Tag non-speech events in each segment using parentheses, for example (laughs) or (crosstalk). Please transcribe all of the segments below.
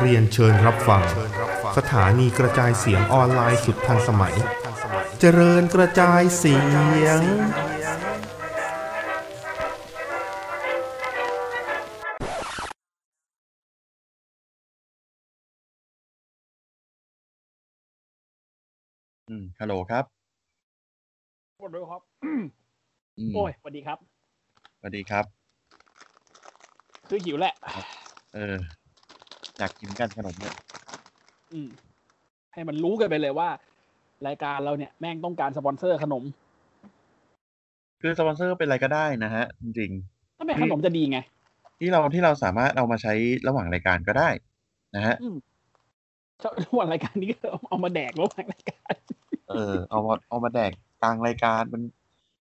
เรียนเชิญรับฟัง สถานีกระจายเสียงออนไลน์สุดทันสมัย เจริญกระจายเสียง อืมฮัลโหลครับ หมดเลยครับ อืม โอ้ยสวัสดีครับ สวัสดีครับ คือหิวแหละ เอออยากกินกันขนมเนี่ย อืม ให้มันรู้กันไปเลยว่า รายการเราเนี่ยแม่งต้องการสปอนเซอร์ขนม คือสปอนเซอร์เป็นอะไรก็ได้นะฮะ จริง ถ้าไม่ขนมจะดีไง ๆ ที่เราที่เราสามารถเอามาใช้ระหว่างรายการก็ได้ นะฮะ อืมชอบ (laughs) ทุกวันรายการนี้ก็เอามาแดก (laughs) ระหว่างรายการ เออ เอามาเอามาแดกกลางรายการมัน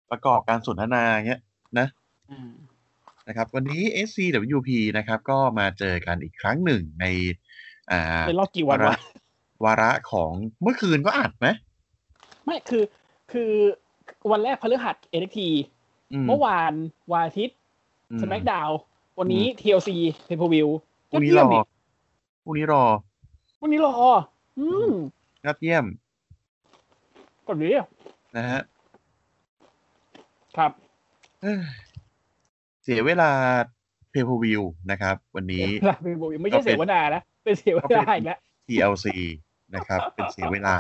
ประกอบการสนทนาเงี้ย อืม นะครับ วันนี้ SCWP นะครับ ก็มาเจอกันอีกครั้งหนึ่งใน อ่า เป็นรอบกี่วัน ระ วะ วาระของเมื่อคืนก็อัดไหม ไม่คือ คือวันแรกพฤหัสเอ็กที อื เมื่อวานวันอาทิตย์ อืม สแมกดาววันนี้ที c อซีเพเปอร์วิว พรุ่งนี้รอพรุ่งนี้รอ วันนี้รอ อืม ยอดเยี่ยม ก่อนนี้ นะฮะ ครับ เอ้ยเสียเวลาเพย์พวิวนะครับ วันนี้ (laughs) เปเปอร์วิวไม่ใช่เสวนานะเป็นเสวนาอีกแล้ว TLC นะครับ เป็นเสียเวลา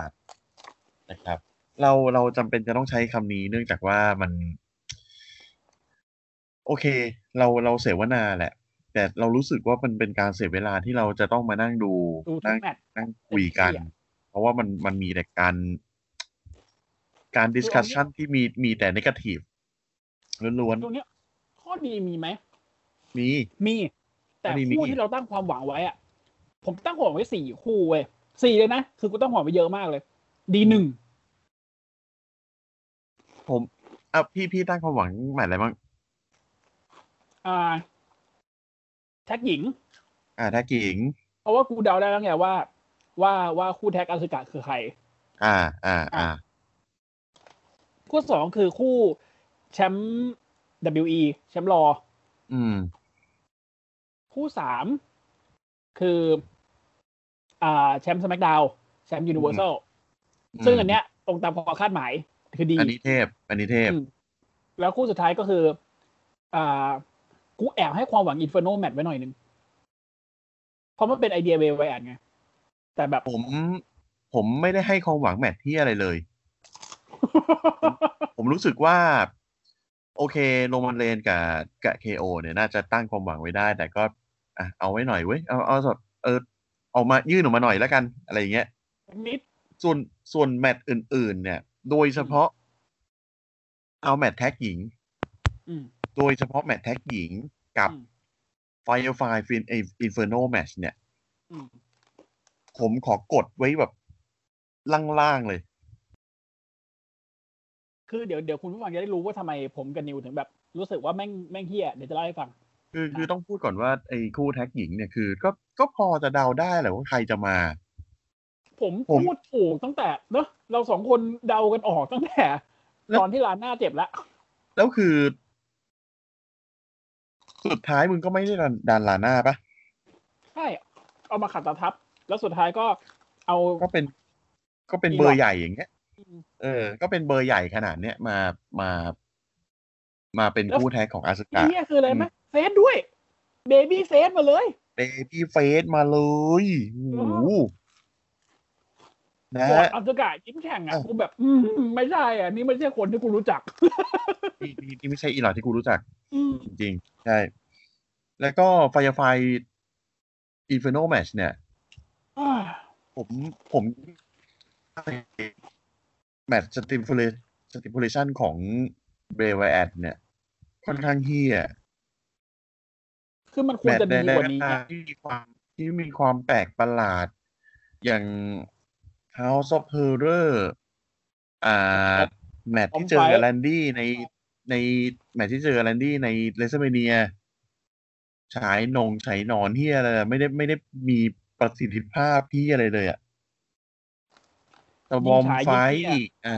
นะครับ เราเราจำเป็นจะต้องใช้คำนี้เนื่องจากว่ามัน โอเค เราเราเสวนาแหละ แต่เรารู้สึกว่ามันเป็นการเสียเวลาที่เราจะต้องมานั่งดู ดูทุ นั่ ก ง แมตช์ นั่งคุยกัน เต็มที่อะ เพราะว่ามันมันมีแต่การการดิสคัชชันที่มีมีแต่นกาทีฟล้วน ตรงเนี้ยข้อดีมีไหม ๆมี มี แต่ อันนี้มี คู่ กี่ ที่เราตั้งความหวังไว้อะผมตั้งความหวังไว้สี่คู่เว้ยสี่เลยนะ คือกูตั้งความหวังไว้เยอะมากเลย ดีหนึ่ง ผมอ่ะพี่พี่ตั้งความหวังหมายอะไรบ้าง อ่าแท็กหญิง อ่าถ้ากิง เพราะว่ากูเดาได้แล้วไงว่า ว่าว่าคู่แท็กอาซึกะคือใคร อ่า อ่า อ่า คู่สองคือคู่แชมป์ WE แชมป์รอ อืม คู่สามคือ อ่าแชมป์สแมกดาวแชมป์ยูนิเวอร์แซลซึ่งอันเนี้ยตรงตามความคาดหมายคือดี อันนี้เทพ อันนี้เทพ อืมแล้วคู่สุดท้ายก็คือ อ่า กูแอบให้ความหวังอินฟ r โนแมทไว้หน่อยหนึง เพราะมันเป็นไอเดียเวไวอัดไง แต่แบบ (laughs) ผม ผมไม่ได้ให้ความหวังแมทที่อะไรเลย ผมรู้สึกว่า โอเคโรมันเลนกับกับเคโอเนี่ยน่าจะตั้งความหวังไว้ได้ แต่ก็ อ่ะเอาไว้หน่อยเว้ย เอาเอาแบบเออออกมายื่นออกมาหน่อยแล้วกัน อะไรอย่างเงี้ย นิด ส่วนส่วนแมตช์อื่น ๆ เนี่ย โดยเฉพาะ เอาแมตช์แท็กหญิง อืม โดยเฉพาะแมตช์แท็กหญิงกับ อืม Firefly Fin- เอินเฟอร์โนแมชเนี่ย อืม ผมขอกดไว้แบบล่างๆเลย คือเดี๋ยวเดี๋ยวคุณผู้ฟังจะได้รู้ว่าทำไมผมกับนิวถึงแบบ รู้สึกว่าแม่งแม่งเฮี้ย เดี๋ยวจะเล่าให้ฟัง คือคือต้องพูดก่อนว่าไอ้คู่แท็กหญิงเนี่ยคือ ก็ก็พอจะเดาได้แหละว่าใครจะมา ผม ผม พูดถูกตั้งแต่เนอะเราสองคนเดากันออกตั้งแต่ ตอนที่ร้านหน้าเจ็บละ แล้วคือ สุดท้ายมึงก็ไม่ได้ดันดันลาน่าปะ ใช่เอามาขัดตาทับ แล้วสุดท้ายก็เอา ก็เป็น ก็เป็น อีหลอด เบอร์ใหญ่อย่างเงี้ย อืม เออ ก็เป็นเบอร์ใหญ่ขนาดเนี้ยมามา มาเป็นคู่แท็กของอาส ไอ้ กา เฮี้ยคืออะไรไหมเฟซด้วย เบบี้เฟซมาเลย เบบี้เฟสมาเลยโอ้โหนะ กอ ฮะ ดอัศกายิ้มแฉ่งอ่ะ เอ้า กูแบบ (laughs) อืมไม่ใช่อ่ะนี่ไม่ใช่คนที่กูรู้จัก (sighs) นี่นี่นี่ไม่ใช่อีหลอดที่กูรู้จัก อืม จริงๆใช่ แล้วก็ไฟไฟอีเฟโนแมชเนี่ย อ่า ผมผมแมตช์สติ p ูเลสติ u l เลชันของเบรวแอดเนี่ย ค่อนข้างเฮีย คือมันคว แม ร ต จะ ช์ใน ดี ใน กว่า รา นี้ คา อ่ะ ที่มีความที่มีความแปลกประหลาด อย่าง House of Horror อ่า แมตช์ที่เจอกับแลนดี้ในในแมตช์ที่เจอกับแลนดี้ในเลสเ e เนียฉายนงฉายนอนที่อะไรไม่ได้ไม่ได้มีประสิทธิภาพที่อะไรเลยอะตะบอมไฟท์อีกอ่า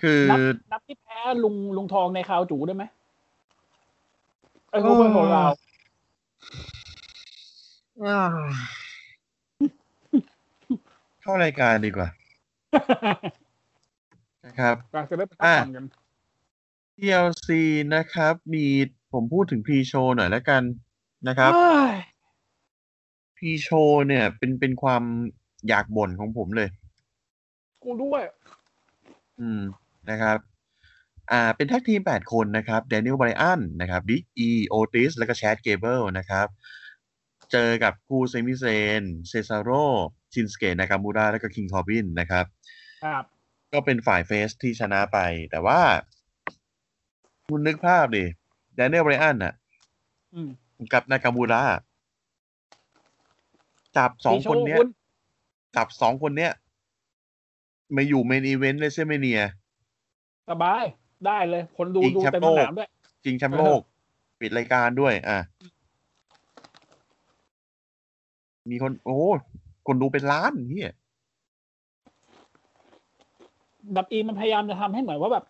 คือ นับนับที่แพ้ลุงลุงทองในคราวจูได้ไหมไอ้ซูเปอร์ (laughs) ของเรา อ่าเข้ารายการดีกว่านะครับ เราจะได้ไปตามฟังกัน TLC นะครับ มีผมพูดถึงพรีโชว์หน่อยแล้วกันนะครับ เฮ้ย พรีโชว์เนี่ย เป็นเป็นความอยากบ่นของผมเลย กูด้วย อืมนะครับ อ่า เป็นแท็กทีมแปดคนนะครับแดเนียลไบรอันนะครับดิอีโอติสแล้วก็แชดเกเบิลนะครับ เจอกับคู่เซมิเซนเซซาโรชินสเกะนากามูระแล้วก็คิงคอบินนะครับ ครับ ก็เป็นฝ่ายเฟสที่ชนะไป แต่ว่า คุณนึกภาพดิแดเนียลไบรอันน่ะ อืม กับนากามูระจับสองคนเนี้ย ปีโชณ จับสองคนเนี้ยมาอยู่เมนอีเวนต์เลเซเมเนีย สบาย ได้เลย คนดู อีก ดู แชมป์ เต็ม โล ส ก นามด้วย จริงแชมป์โลก ปิดรายการด้วย อ่ะ มีคน โอ้คนดูเป็นล้านเฮีย ดับอีมันพยายามจะทำให้เหมือนว่าแบบ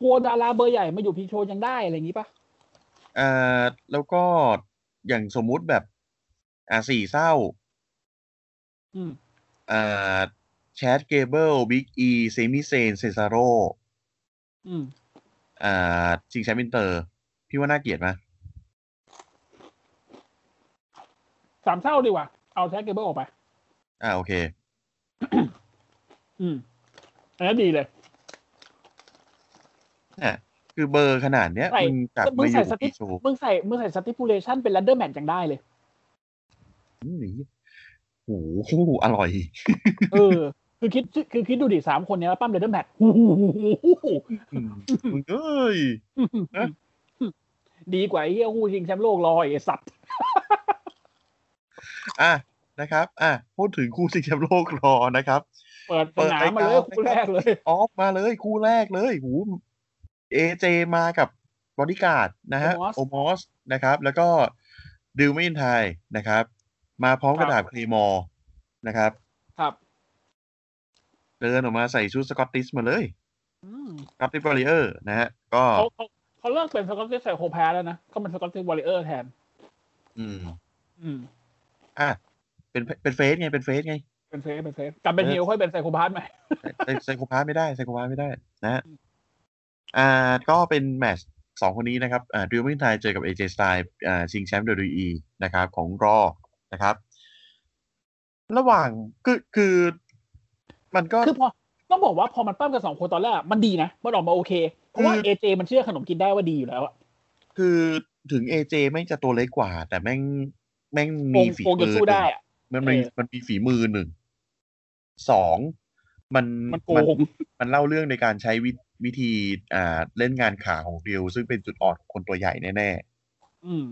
กลัวดาราเบอร์ใหญ่มาอยู่พีโชยังได้อะไรอย่างนี้ปะ เอ่อแล้วก็อย่างสมมุติแบบ อ่าสี่เศร้า อืม อ่าแชทเกเบิลบิ๊กอีเซมิเซนเซซาโร อืม อ่าจิงแชมป์อินเตอร์ พี่ว่าน่าเกลียดไหม สามเท่าดีกว่า เอาแท็กเกเบิลออกไป อ่าโอเค อืม อันนั้นดีเลย เนี่ยคือเบอร์ขนาดเนี้ย ใส่ มึงจับ มึ มาง อ ใส่ ยู่ สติ กี่โชว์ มึงใส่มึงใส่สติปูเลชันเป็นแรดเดอร์แมทยังได้ (laughs) เลย อื้อหือโอ้โหอร่อย เออ คือคิดคือคิดดูดิสามคนเนี้ยแล้วปั้มแรดเดอร์แมทโอ้โห อืม (laughs) มึงเอ้ย เอ๊ะ ดีกว่าไอ้เฮียคู่ชิงแชมป์โลกรอไอ้สัตว์ อ่ะนะครับ อ่ะพูดถึงคู่ชิงแชมป์โลกรอนะครับ เปิด เปิ สนารดาย ม การ มาเลยคู่แรกเลย ออฟมาเลยคู่แรกเลยหูเอเจมากับบอดี้การ์ดนะฮะ Omos โอมอสนะครับ แล้วก็ดิวไม่อินไทยนะครับ มาพร้อมกระดาษเคลมอร์นะครับ ครับ เดินออกมาใส่ชุดสกอตติสมาเลย อืม สกอตติสบริเออร์นะฮะ ก็ เขาเขาเขาเลิกเป็นสกอตติสไซโคแพสแล้วนะเขาเป็นสกอตติสวอลเลเออร์แทน อืม อืม อ่ะเป็นเป็นเฟสไงเป็นเฟสไง เป็นเซฟเป็นเซฟกลับเป็นฮิวค่อยเป็นไซโคพาสไหม ไซไซโคพาสไม่ได้ไซโคพาสไม่ได้นะฮะอ่า ก็เป็นแมตช์สองคนนี้นะครับ อ่าดิวมินไทยเจอกับเอเจสไตล์อ่าชิงแชมป์ WWE นะครับ ของรอนะครับ ระหว่างคือคือ มันก็ คือพอต้องบอกว่าพอมันปั้มกันสองคนตอนแรกอะมันดีนะ มันออกมาโอเค เพราะว่า คือ เอเจมันเชื่อขนมกินได้ว่าดีอยู่แล้วอะ คือถึงเอเจแม่งจะตัวเล็กกว่า แต่แม่งแม่ง โก มี ง ฝี โกงจมืนอ สู้ได้อะ มันมี เออ มันมีฝีมือหนึ่งสองมัน มันโก มัน ง มันเล่าเรื่องในการใช้วิวิธีอ่าเล่นงานขาของดิวซึ่งเป็นจุดอ่อนของคนตัวใหญ่แน่ๆ อืม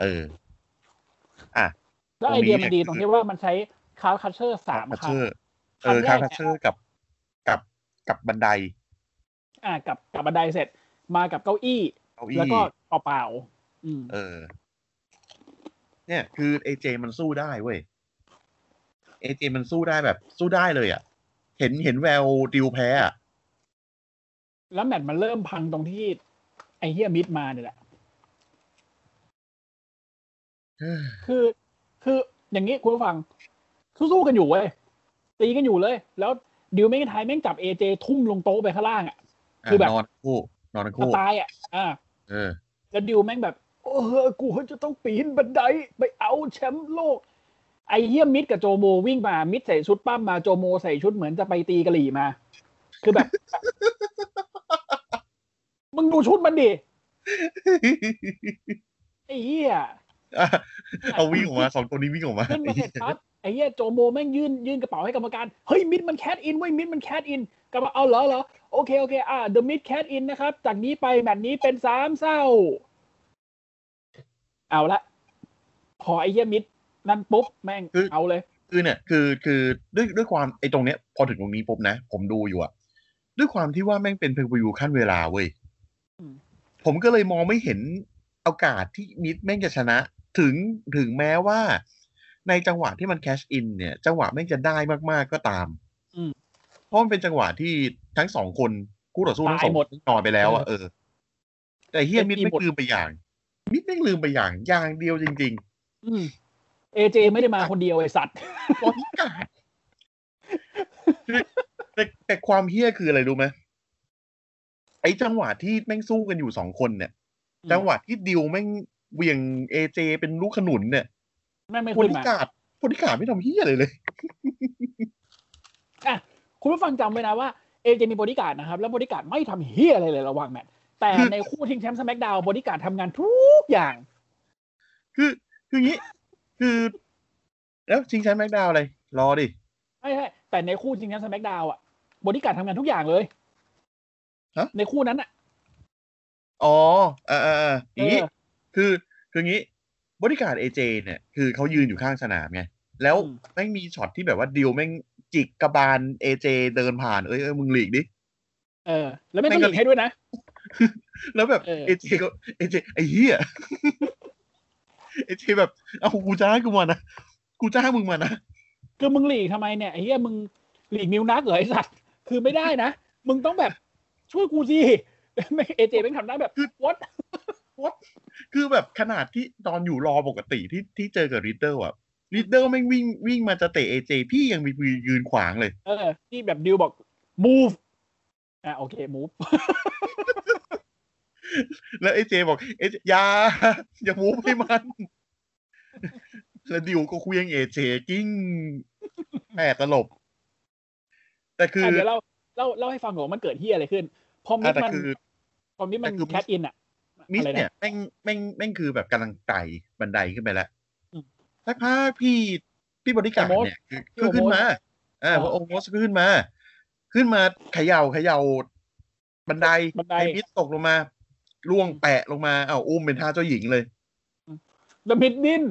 เออ แล้วไอ ตรงนี้ เดียมันดี เนี่ย ตรงที่ว่ามันใช้คาร์คัชเชอร์สาม คัช ค เชอรั้งร์เออ คคารั้ง แรก คัชเชอร์กับกับกับบันได อ่ากับกับบันไดเสร็จ มากับเก้าอี้ เก้าอี้ แล้วก็เปล่าๆอืม เออ เนี่ย คือเอเจมันสู้ได้เว้ยเอเจมันสู้ได้แบบ สู้ได้เลยอะ่ะ เห็นเห็นแววดิวแพ้อะ แล้วแมตช์มันเริ่มพังตรงที่ ไอเฮียมิดมาเนี่ยแหละ เฮ้ย คือคืออย่างนี้คุณผู้ฟัง สู้ๆกันอยู่เว้ยตีกันอยู่เลย แล้วดิวแม่งไทยแม่งจับเอเจทุ่มลงโต๊ะไปข้างล่างอะ ะ คือแบบ นอนทั้งคู่ นอนทั้ง จะ คู่ ตายอ่ะอ่า เออ (laughs) แล้วดิวแม่งแบบเออกูจะต้องปีนบันไดไปเอาแชมป์โลก ไอเฮียมิดกับโจโมวิ่งมา มิดใส่ชุดป้ามมาโจโมใส่ชุดเหมือนจะไปตีกะหรี่มา คือแบบ (laughs) มึงดูชุดมันดิไอเฮีย เอาวิ่งออกมาสองตัวนี้วิ่งออกมา ขึ้นมาเสร็จปั๊บไอเฮียโจโมแม่งยื่นยื่นกระเป๋าให้กรรมการเฮ้ยมิดมันแคทอินเว้ยมิดมันแคทอินกรรมการเอาเหรอเหรอโอเคโอเคอ่าเดอะมิดแคทอินนะครับ จากนี้ไปแมตช์นี้เป็นสามเศร้า เอาละ พอไอเฮียมิดนั่นปุ๊บแม่งเอาเลย คือเนี่ย คือคือด้วยด้วยความไอ้ตรงเนี้ย พอถึงตรงนี้ปุ๊บนะ ผมดูอยู่อะด้วยความที่ว่าแม่งเป็นเพลงวิวขั้นเวลาเว้ย อืม ผมก็เลยมองไม่เห็นโอกาสที่มิดแม่งจะชนะ ถึงถึงแม้ว่า ในจังหวะที่มันแคชอินเนี่ย จังหวะแม่งจะได้มากๆก็ตาม อืม เพราะมันเป็นจังหวะที่ทั้งสองคน คู่ต่อสู้ทั้งสอง ตายหมด นอนไปแล้วอ่ะเออ แต่เฮียมิด เอฟไม่อีหมด ลืมไปอย่าง มิดไม่ลืมไปอย่างอย่างเดียวจริง เอเจไม่ได้มาคนเดียวไอสัตว์ ๆบอดี้การ์ดคือแต่แต่ความเฮี้ยคืออะไรรู้ไหมไอ้จังหวะที่แม่งสู้กันอยู่สองคนเนี่ย อืม จังหวะที่ดิวแม่งเหวียงเอเจเป็นลูกขนุนเนี่ย แม่งไม่ บอ ขึ้น ดี้ มา การ์ดบอดี้การ์ดไม่ทำเฮี้ยอะไรเลย อ่ะคุณผู้ฟังจำไว้นะว่าเอเจมีบริการดนะครับ แล้วบริการดไม่ทำเฮียอะไรเลยระหว่างแมตช์แต่ในคู่ทิ้งแชมป์สแมกดาวบริการดทำงานทุกอย่าง คือคืออย่างนี้ คือ แล้วชิงแชมป์แม็กดาวน์อะไร รอดิ ใช่ใช่แต่ในคู่จริงๆนะสแมกดาวอ่ะบริการดทำงานทุกอย่างเลย ฮะ ในคู่นั้นอ่ะ อ๋อเออเออเอออย่างนี้ เออ คือคืออย่างนี้ บริการเอเจเนี่ยคือเขายืนอยู่ข้างสนามไง แล้ว อืม แม่งมีช็อตที่แบบว่าดิวแม่งจิกกระบาลเอเจเดินผ่านเอ้ยเอ้ยมึงหลีกดิ เออ แล้วไม่ ไม่ ต้อก็งหลีกให้ด้วยนะ แล้วแบบ เออ เอเจก็เอเจไอ้เหี้ย (laughs) เอเจแบบ เอากูจ้างกูมานะกูจ้างมึงมานะ คือมึงหลีกทำไมเนี่ยไอ้เฮียมึงหลีกมิวนักเหรอไอสัตว์คือไม่ได้นะ มึงต้องแบบช่วยกูสิ (laughs) ไม่เอเจเป็นทำได้แบบวอต คือแบบขนาดที่ตอนอยู่รอปกติที่ที่เจอกับริดเดิลอะริดเดิลแม่งวิ่งวิ่งมาจะเตะเอเจพี่ยังมียืนขวางเลย เออที่แบบดิวบอก move อ่ะโอเค move แล้วไอ้เจบอกเอเจอยา (laughs) อย่ามูฟให้มัน (laughs) แล้วดิวก็เควียงเอเจกิ้งแปดตลบ แต่คือออ่ะเดี๋ยวเล่าเล่าเล่าให้ฟังก่อนว่ามันเกิดเฮียอะไรขึ้น พอมิ อ่ะ ด แต่ มัน คือ พอมิดมัน แต่คือมิส แคทอินอ่ะ มิส อะไระ เนี่ยแม่งแม่งแม่งคือแบบกำลังไต่บันไดขึ้นไปแล้ว อืม สักพักพี่พี่บริการ โอมส เนี่ยคือ พี่ คือขึ้นมาเอ่า อ๋อ โอโมสก็ขึ้นมา ขึ้นมาเขย่าเขย่าบันได บันได ไอ้มิสตกลงมาล่วงแปะลงมาเอ้าอุ้มเป็นท่าเจ้าหญิงเลย ดมิดดิน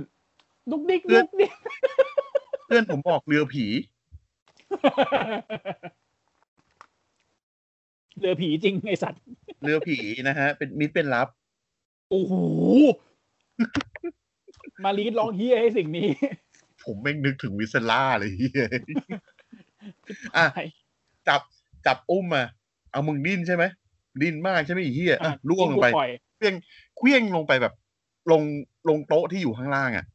ดุกดิกดุกดิก เพื่อนผมบอกเรือผี เหลือผีจริงไอสัตว์ เรือผีนะฮะ เป็นมิตรเป็นลับ โอ้โหมารีดร้องเฮียให้สิ่งนี้ ผมแม่งนึกถึงวิสล่าเลยเหี้ยอ่ะ ใช่ จับจับอุ้มมา เอามึงดิ้นใช่ไหมดิ้นมากใช่ไหมไอ้เฮียอ่ะล่วงลงไป กูปล่อย เคลี้ยงเคลี้ยงลงไปแบบ ลงลงโต๊ะที่อยู่ข้างล่างอ่ะ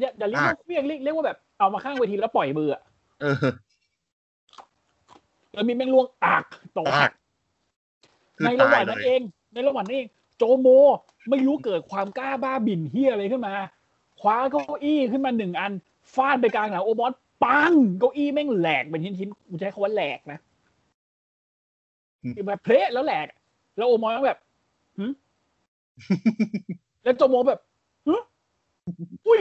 อย่าอย่าเรียกว่าเรียกเรียกเรียกว่าแบบเอามาข้างเวทีแล้วปล่อยมืออะ เออ แล้วมีแม่งล่วงอากตก ตากคือ ในระห ตา ว่าเลย งนั้น ย เอง ในระหว่างนั้นเอง โจโมไม่รู้เกิดความกล้าบ้าบิ่นเฮียอะไรขึ้นมา คว้าเก้าอี้ขึ้นมาหนึ่งอันฟาดไปกลางหลังโอบอสปังเก้าอี้แม่งแหลกเป็นชิ้นๆกูใช้คำว่าแหลกนะคือแบบเพละแล้วแหลก แล้วโอมอนก็แบบหึ แล้วโจโมแบบหึอุ้ย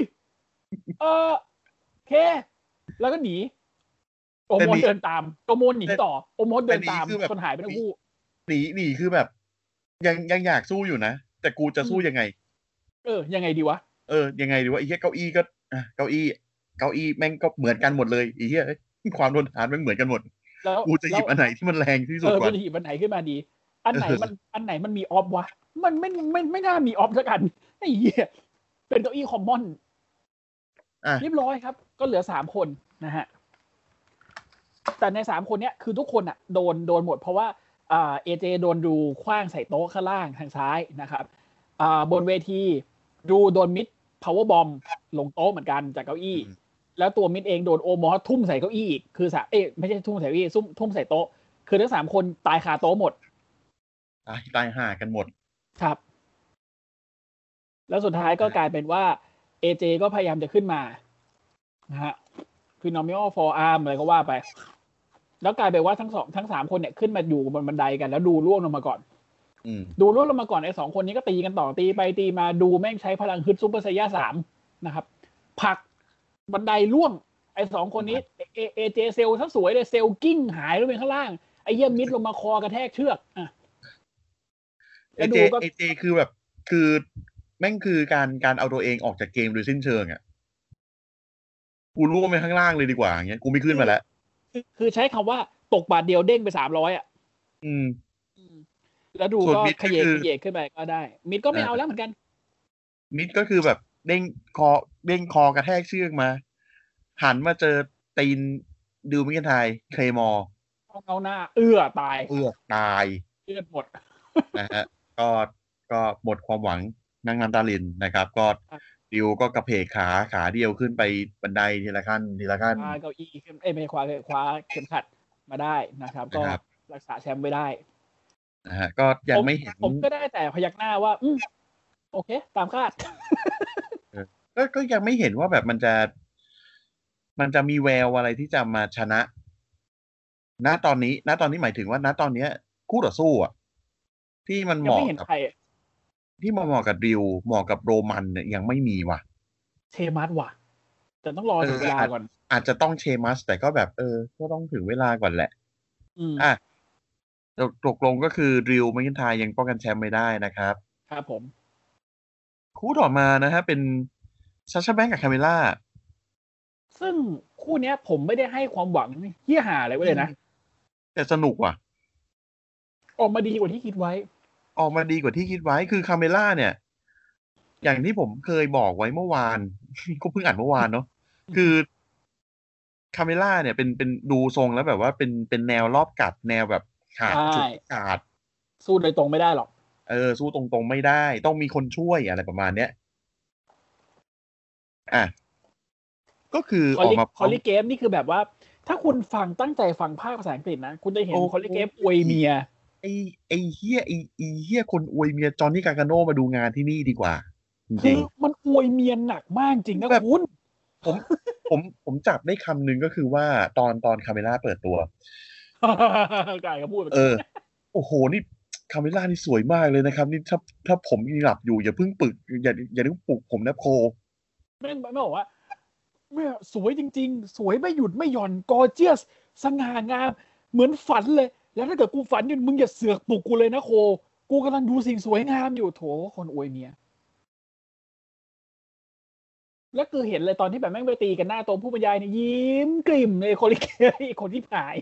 เออเค แล้วก็หนี โอมอนเดินตามโจโมนหนีต่อ โอมอนเดินตามจนหายไปทั้งคู่ หนีหนีคือแบบ ยังยังอยากสู้อยู่นะ แต่กูจะสู้ยังไง เออ ยังไงดีวะ เออยังไงดีวะไอ้เหี้ยเก้าอี้ก็อ่ะเก้าอี้ เก้าอี้แม่งก็เหมือนกันหมดเลยไอ้เหี้ยเอ้ยความทนทานแม่งเหมือนกันหมด แล้ว กูจะหยิบอันไหนที่มันแรงที่สุดเออก กู ว่า จะหยิบอันไหนขึ้นมาดี อันไหนมัน (laughs) อันไหนมันมีออฟวะ มันไม่ไม่ไม่น่ามีออฟสักอัน (laughs) ไอ้เหี้ยเป็นเก้าอี้คอมมอน อ่ะ เรียบร้อยครับ ก็เหลือสามคนนะฮะ แต่ในสามคนเนี้ยคือทุกคนอ่ะโดนโดนหมดเพราะว่าอ่าเอเจโดนดูคว้างใส่โต๊ะข้างล่างทางซ้ายนะครับอ่าบนเวทีดูโดนมิด power bomb ลงโต๊ะเหมือนกันจากเก้าอี้ อืม แล้วตัวมิดเองโดนโอมอสทุ่มใส่เก้าอี้อีกคือสาเอ๊ะไม่ใช่ทุ่มใส่เก้าอี้ซุ่มทุ่มใส่โต๊ะ คือทั้งสามคนตายคาโต๊ะหมด ตายตายห่ากันหมด ครับ แล้วสุดท้ายก็กลายเป็นว่าเอเจก็พยายามจะขึ้นมานะฮะคือ normal for arm อะไรก็ว่าไป แล้วกลายเป็นว่าทั้งสองทั้งสามคนเนี่ยขึ้นมาอยู่บนบันไดกัน แล้วดูล่วงลงมาก่อน อืม ดูล่วงลงมาก่อนไอ้สองคนนี้ก็ตีกันต่อตีไปตีมาดูแม่งใช้พลังฮึดซุปเปอร์ไซย่าสามนะครับผลักบันไดล่วง ไอ้สองคนนี้เอเอเจเซลทั้งสวยเลยเซลกิ้งหายลงไปข้างล่างไอ้เยี่ยมมิดลงมาคอกระแทกเชือกอ่ะ เอ แล้วดู เจ ก็ เอเจคือแบบ คือ แม่งคือการการเอาตัวเองออกจากเกมโดยสิ้นเชิงอ่ะ กูล่วงไปข้างล่างเลยดีกว่าอย่างเงี้ย กูไม่ขึ้นมาแล้ว คือคือใช้คำว่าตกบาทเดียวเด้งไปสามร้อยอ่ะ อืม แล้วดู ส่วน ก็ มิดก็ ขยเยก คือ ขยเยกขึ้นไปก็ได้ มิดก็ไม่เอาแล้วเหมือนกัน มิดก็คือแบบ เด้งคอ เด้งคอกระแทกเชือกมา หันมาเจอตีนดูมิกันไทยเคลมอร์ เอ องเอาหน้า เอื้อตาย เอือกตาย เลือดหมด นะฮะ ก็ก็หมดความหวังนั่งน้ำตาลินนะครับ ก็ ครับ ดิวก็กระเพกขาขาเดียวขึ้นไปบันไดทีละขั้นทีละขั้น คว้าเก้าอี้ขึ้นเอ้ยไม่ใช่คว้าเลยคว้าเข็มขัดมาได้นะครับ ก็ นะครับ รักษาแชมป์ไว้ได้ นะฮะ ก็ยังไม่เห็น ผมก็ได้แต่พยักหน้าว่า อืมโอเค ตามคาด ก็ก็ยังไม่เห็นว่าแบบมันจะ มันจะมีแววอะไรที่จะมาชนะ ณตอนนี้ ณตอนนี้หมายถึงว่าณตอนเนี้ย คู่ต่อสู้อ่ะ ที่มันเห ยัง มาะ ไม่เห็น กับ ใคร ที่มันเหมาะกับดิวเหมาะกับโรมันเนี่ยยังไม่มีว่ะ เทมัสว่ะ แต่ต้องรอถึงเวลาก่อน อาจจะต้องเชมัส แต่ก็แบบเออ ก็ต้องถึงเวลาก่อนแหละ อืม อ่ะ ตกตกลงก็คือดิวแมคกินไทายยังป้องกันแชมป์ไม่ได้นะครับ ครับผม คู่ต่อมานะฮะ เป็นซาชาแบงก์กับคาเมล่า ซึ่งคู่เนี้ย ผมไม่ได้ให้ความหวังเฮี้ยหาอะไรไว้เลยนะ แต่สนุกว่ะ ออกมาดีกว่าที่คิดไว้ ออกมาดีกว่าที่คิดไว้คือคาเมล่าเนี่ย อย่างที่ผมเคยบอกไว้เมื่อวาน (laughs) ก็เพิ่งอ่านเมื่อวานเนาะคือคาเมล่าเนี่ยเป็นเป็นดูทรงแล้วแบบว่าเป็นเป็นแนวรอบกัดแนวแบบขาด ใช่ จุดขาด สู้โดยตรงไม่ได้หรอก เออ สู้ตรงๆไม่ได้ ต้องมีคนช่วยอะไรประมาณเนี้ยอ่ะก็คือ ค อออก ลิ มาพ ค ร้ อ อม ลิเกมนี่คือแบบว่า ถ้าคุณฟังตั้งใจฟังภาคภาษาอังกฤษนะ คุณจะเห็น โอ้ คอลิเกมอวยเมีย ไอ้ไอ้เฮียไอ้ไอ้เฮียคนอวยเมียจอห์นนี่กาการโนมาดูงานที่นี่ดีกว่าจ คื ริ อง มันอวยเมียหนักมากจริงนะ แบบ คุณ (laughs) ผมผมผมจับได้คำหนึ่งก็คือว่าตอนตอนคาเมล่าเปิดตัว กายก็พูดแบบ เออ โอ้โห นี่คาเมล่านี่สวยมากเลยนะครับ นี่ถ้าถ้าผมยังหลับอยู่อย่าเพิ่งปลุกอย่าอย่าเพิ่งปลุกผมนะโค แม่งไม่บอกว่าเมียสวยจริง ๆ สวยไม่หยุดไม่หย่อนกอเจียส สง่างาม เหมือนฝันเลย แล้วถ้าเกิดกูฝันอยู่มึงอย่าเสือกปลุกกูเลยนะโค กูกำลังดูสิ่งสวยงามอยู่โถคนอวยเมีย แล้วคือเห็นเลยตอนที่แบบแม่งไปตีกันหน้าโต๊ะผู้บรรยายเนี่ยยิ้มกลิ่มเลยคนลิเกอีกคนที่หาย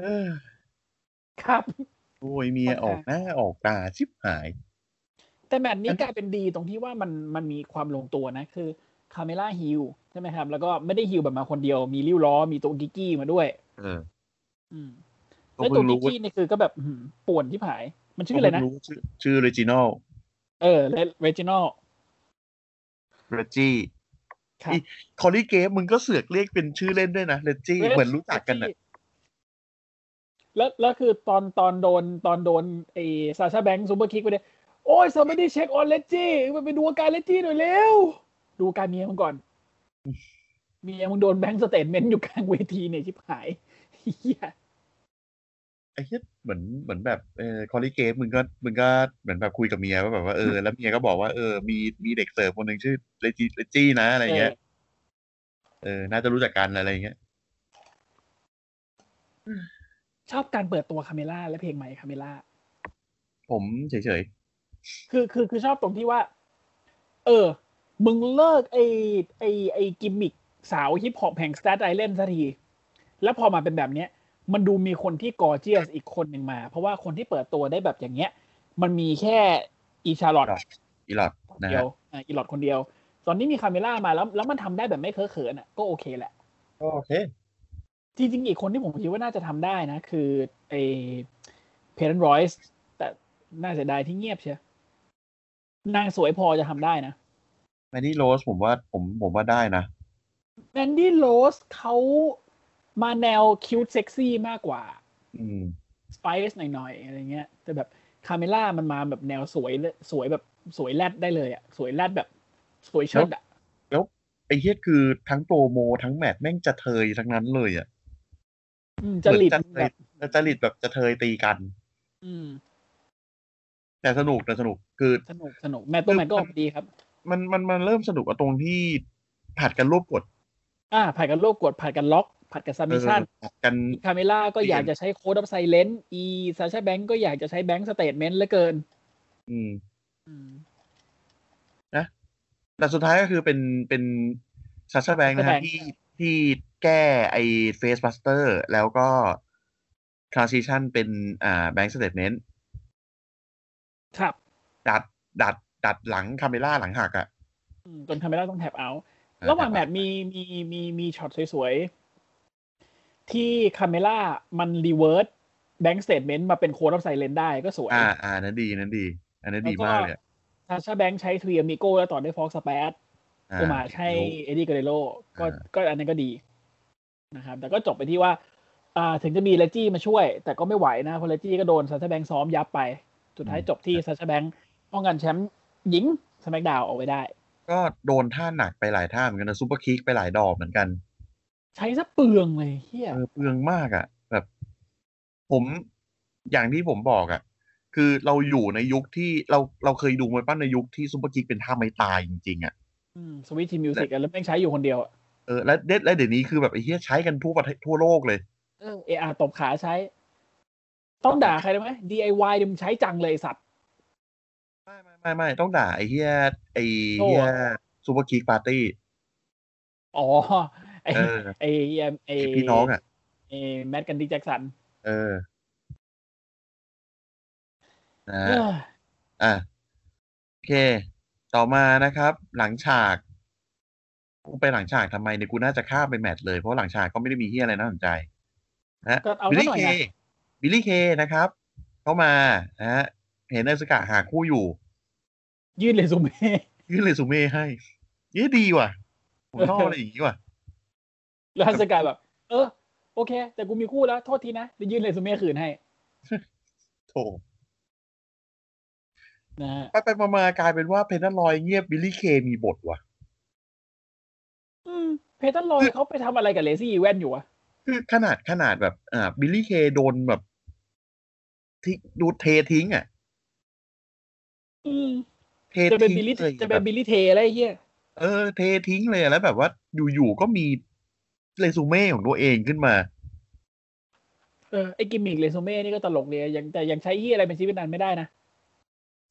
เออ ครับ โอ้ยเมียออกหน้าออกตาชิบหาย แต่แมตช์นี้ อัน กลายเป็นดีตรงที่ว่ามันมันมีความลงตัวนะ คือคาเมล่าฮิลใช่ไหมครับ แล้วก็ไม่ได้ฮิลแบบมาคนเดียว มีริ้วล้อ มีตัวกิกกี้มาด้วย เออ อืม ก็ แล้วตั เพิ่ ว ง กิ รู้ ก ว่า กี้นี่คือก็แบบอื้อหือป่วนที่ผาย มันชื่ออะไรนะ เพิ่งรู้ชื่อชื่อเรจิโน่ เออเรจิโน เรจี้ ครับ คอลลี่เกฟมึงก็เสือกเรียกเป็นชื่อเล่นด้วยนะเรจี้เหมือนรู้จักกัน อะ อ่ะ แล้วแล้วคือตอนตอนโดนตอนโดนไอ้ซาชาแบงค์ซูเปอร์คิกไปเนี่ยโอ้ย somebody check on เลจี้มันไปดูอาการเลจี้หน่อยเร็ว ดูอาการเมียมันก่อน เมียมึงโดนแบงค์สเตทเมนต์อยู่กลางเวทีเนี่ยชิบหายเฮีย ไอ้เหี้ยเหมือนเหมือนแบบเออคอลลี่เกฟมึงก็มึงก็เหมือนแบบคุยกับเมียว่าแบบว่าเอ (laughs) อแล้วเมียก็บอกว่าเออมีมีเด็กเสิร์ฟคนหนึ่งชื่อเรจิเรจี้นะอะไรเงี้ย เออ น่าจะรู้จักกันอะไรเงี้ย ชอบการเปิดตัวคาเมล่าและเพลงใหม่คาเมล่า ผมเฉย คือคือคือชอบตรงที่ว่า เออ มึงเลิกไอไอไอกิมมิกสาวฮิปฮอปแห่งสแตทไอแลนด์สักที แล้วพอมาเป็นแบบเนี้ย มันดูมีคนที่กอร์เจียสอีกคนหนึ่งมา เพราะว่าคนที่เปิดตัวได้แบบอย่างเงี้ย มันมีแค่อีชาร์ลอต ๆอีหลอด คน นะ เดีย ฮะ วอ่ะอีหลอตคนเดียว ตอนนี้มีคาเมล่ามาแล้ว แล้วมันทำได้แบบไม่เคอะเขินอ่ะก็โอเคแหละ ก็โอเค จริงๆ อีกคนที่ผมคิดว่าน่าจะทำได้นะ คือไอเพนรอยส์แต่น่าเสียดายที่เงียบเชียวนางสวยพอจะทำได้นะ แมนนี่โรสผมว่าผมผมว่าได้นะ แมนดี้โรสเขามาแนวคิวเซ็กซี่มากกว่า อืม สไปซ์หน่อยๆ อะไรเงี้ย แต่แบบคาเมล่ามันมาแบบแนวสวยเลยสวยแบบสวยแรดได้เลยอะสวยแรดแบบ สวยเชิดอะ แล้วไอ้เฮียคือทั้งโปรโมทั้งแมทแม่งจะเทยทั้งนั้นเลยอ่ะ อืมจริต เหมแบือน บ จะเทยจริตแบบจะเทยตีกัน อืม แต่สนุกแต่สนุกคือ สนุกสนุกแมตต์ตัวแมตต์ก็ออกมาดีครับ มันมันมันเริ่มสนุกอะตรงที่ผัดกันรูปกด อ่าผัดกันโลกกดผัดกันล็อกผัดกันซัมมิชชั่น เออผัดกัน คาเมล่าก็ เปลี่ยน อยากจะใช้โค้ดออฟไซเลนต์อีซาชาแบงก์ก็อยากจะใช้แบงก์สเตทเมนต์เหลือเกิน อืม แต่สุดท้ายก็คือเป็นเป็นซัชชาแบงค์นะฮะที่ที่แก้ไอเฟสบัสเตอร์แล้วก็ทรานซิชันเป็นอ่าแบงค์สเตทเมนต์ ครับ ดัดดัดดัดหลังคาเมล่าหลังหักอะ อืมจนคาเมล่าต้องแท็บเอา ระหว่างแมตช์มีมีมีมีช็อตสวยๆ ที่คาเมล่ามันรีเวิร์สแบงก์สเตทเมนต์มาเป็นโค้ดออฟไซเลนได้ก็สวย อ่าอ่านั้นดีนั้นดี อันนั้นดีมากเลย ซาชาแบงค์ใช้ทรีอมิโก้แล้วต่อด้วยฟอกสเปซ อ่ โอมาให้เอ็ดดี้เกเรโลก็ก็อันนั้นก็ดีนะครับ แต่ก็จบไปที่ว่า อ่าถึงจะมีเลจี้มาช่วย แต่ก็ไม่ไหวนะเพราะเลจี้ก็โดนซัชแบงซ้อมยับไป สุดท้ายจบที่ซัชแบงป้องกันแชมป์หญิงสมักดาวเอาไว้ได้ ก็โดนท่าหนักไปหลายท่าเหมือนกันนะซูเปอร์คิกไปหลายดอกเหมือนกัน ใช้ซะเปลืองเลยเฮีย เออเปลืองมากอะ่ะ แบบ ผมอย่างที่ผมบอกอะ่ะ คือเราอยู่ในยุคที่เราเราเคยดูมวยปั้นในยุคที่ซูเปอร์คิกเป็นท่าไม้ตายจริงๆอะ่ะ สวิตช์ทีมิวสิกแล้วแม่งใช้อยู่คนเดียวอะ เออและเด็ดและเดี๋ยวนี้คือแบบไอ้เฮียใช้กันทั่วประเทศทั่วโลกเลย เออเออาตบขาใช้ ต้องด่าใครได้ไหม DIY เดี๋ยวมึงใช้จังเลยไอ้สัตว์ ไม่ไม่ไม่ไม่ต้องด่าไอ้เฮียไอ้ โอ้ เฮียซูเปอร์คิกปาร์ตี้ อ๋อไอ เออ ไอไอ ไอ้พี่น้องอ่ะ ไอแมตกันดีแจ็คสัน เออนะ เอ ฮะ อ อ่ะโอเค ต่อมานะครับ หลังฉากกูไปหลังฉากทำไมเนี่ยกูน่าจะข้ามไปแมตช์เลยเพราะหลังฉากก็ไม่ได้มีเฮียอะไรน่าสนใจนะฮะ ก็เอา บิล ซะ ลี่ หน่อย เค นะ บิลลี่เคนะครับ เข้ามานะฮะเห็นเอสกะหาคู่อยู่ ยื่นเรซูเม่ (laughs) ยื่นเรซูเม่ให้เอ๊ะดีว่ะผมชอบอะไรอย่างนี้ว่ะ แล้วฮันสกายแบบ เออ โอเค แต่กูมีคู่แล้ว โทษทีนะจะยื่นเรซูเม่คืนให้ โถ นะฮะ ไปไปๆมาๆกลายเป็นว่าเพนนัลลอยเงียบบิลลี่เคมีบทว่ะ อืม เพทันลอยเขาไปทำอะไรกับเลซี่อีแวนอยู่วะ คือขนาดขนาดแบบอ่าบิลลี่เคโดนแบบที่ดูเททิ้งอ่ะ อืม เท จะเป็น ทิ้ง บิลลี่ เลย จะ แบ เป็บนบิลลี่เทอะไรเฮีย เออ เททิ้งเลยแล้วแบบว่าอยู่ๆก็มีเรซูเม่ของตัวเองขึ้นมา เออไอกิมมิกเรซูเม่นี่ก็ตลกเลยยังแต่ยังใช้เฮียอะไรเป็นชิ้นเป็นอันไม่ได้นะ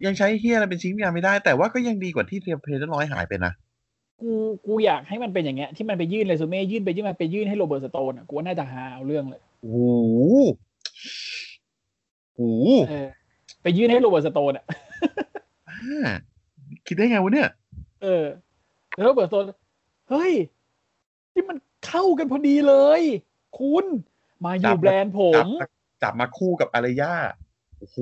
ยังใช้เฮียอะไรเป็นชิ้นงานไม่ได้ แต่ว่าก็ยังดีกว่าที่เทเพลน้อยหายไปนะ กูกูอยากให้มันเป็นอย่างเงี้ยที่มันไปยื่นเรซูเม่ยื่นไปยื่นมาไปยื่นให้โรเบิร์ตสโตนอ่ะกูว่าน่าจะหาเอาเรื่องเลย โอ้โหโอ้โห เออไปยื่นให้โรเบิร์ตสโตนอ่ะ อ่าคิดได้ไงวะเนี่ย เออแล้วโรเบิร์ตสโตนเฮ้ยที่มันเข้ากันพอดีเลย คุณมาอยู่แบรนด์ผม จับมาจับมาคู่กับอารยาโอ้โห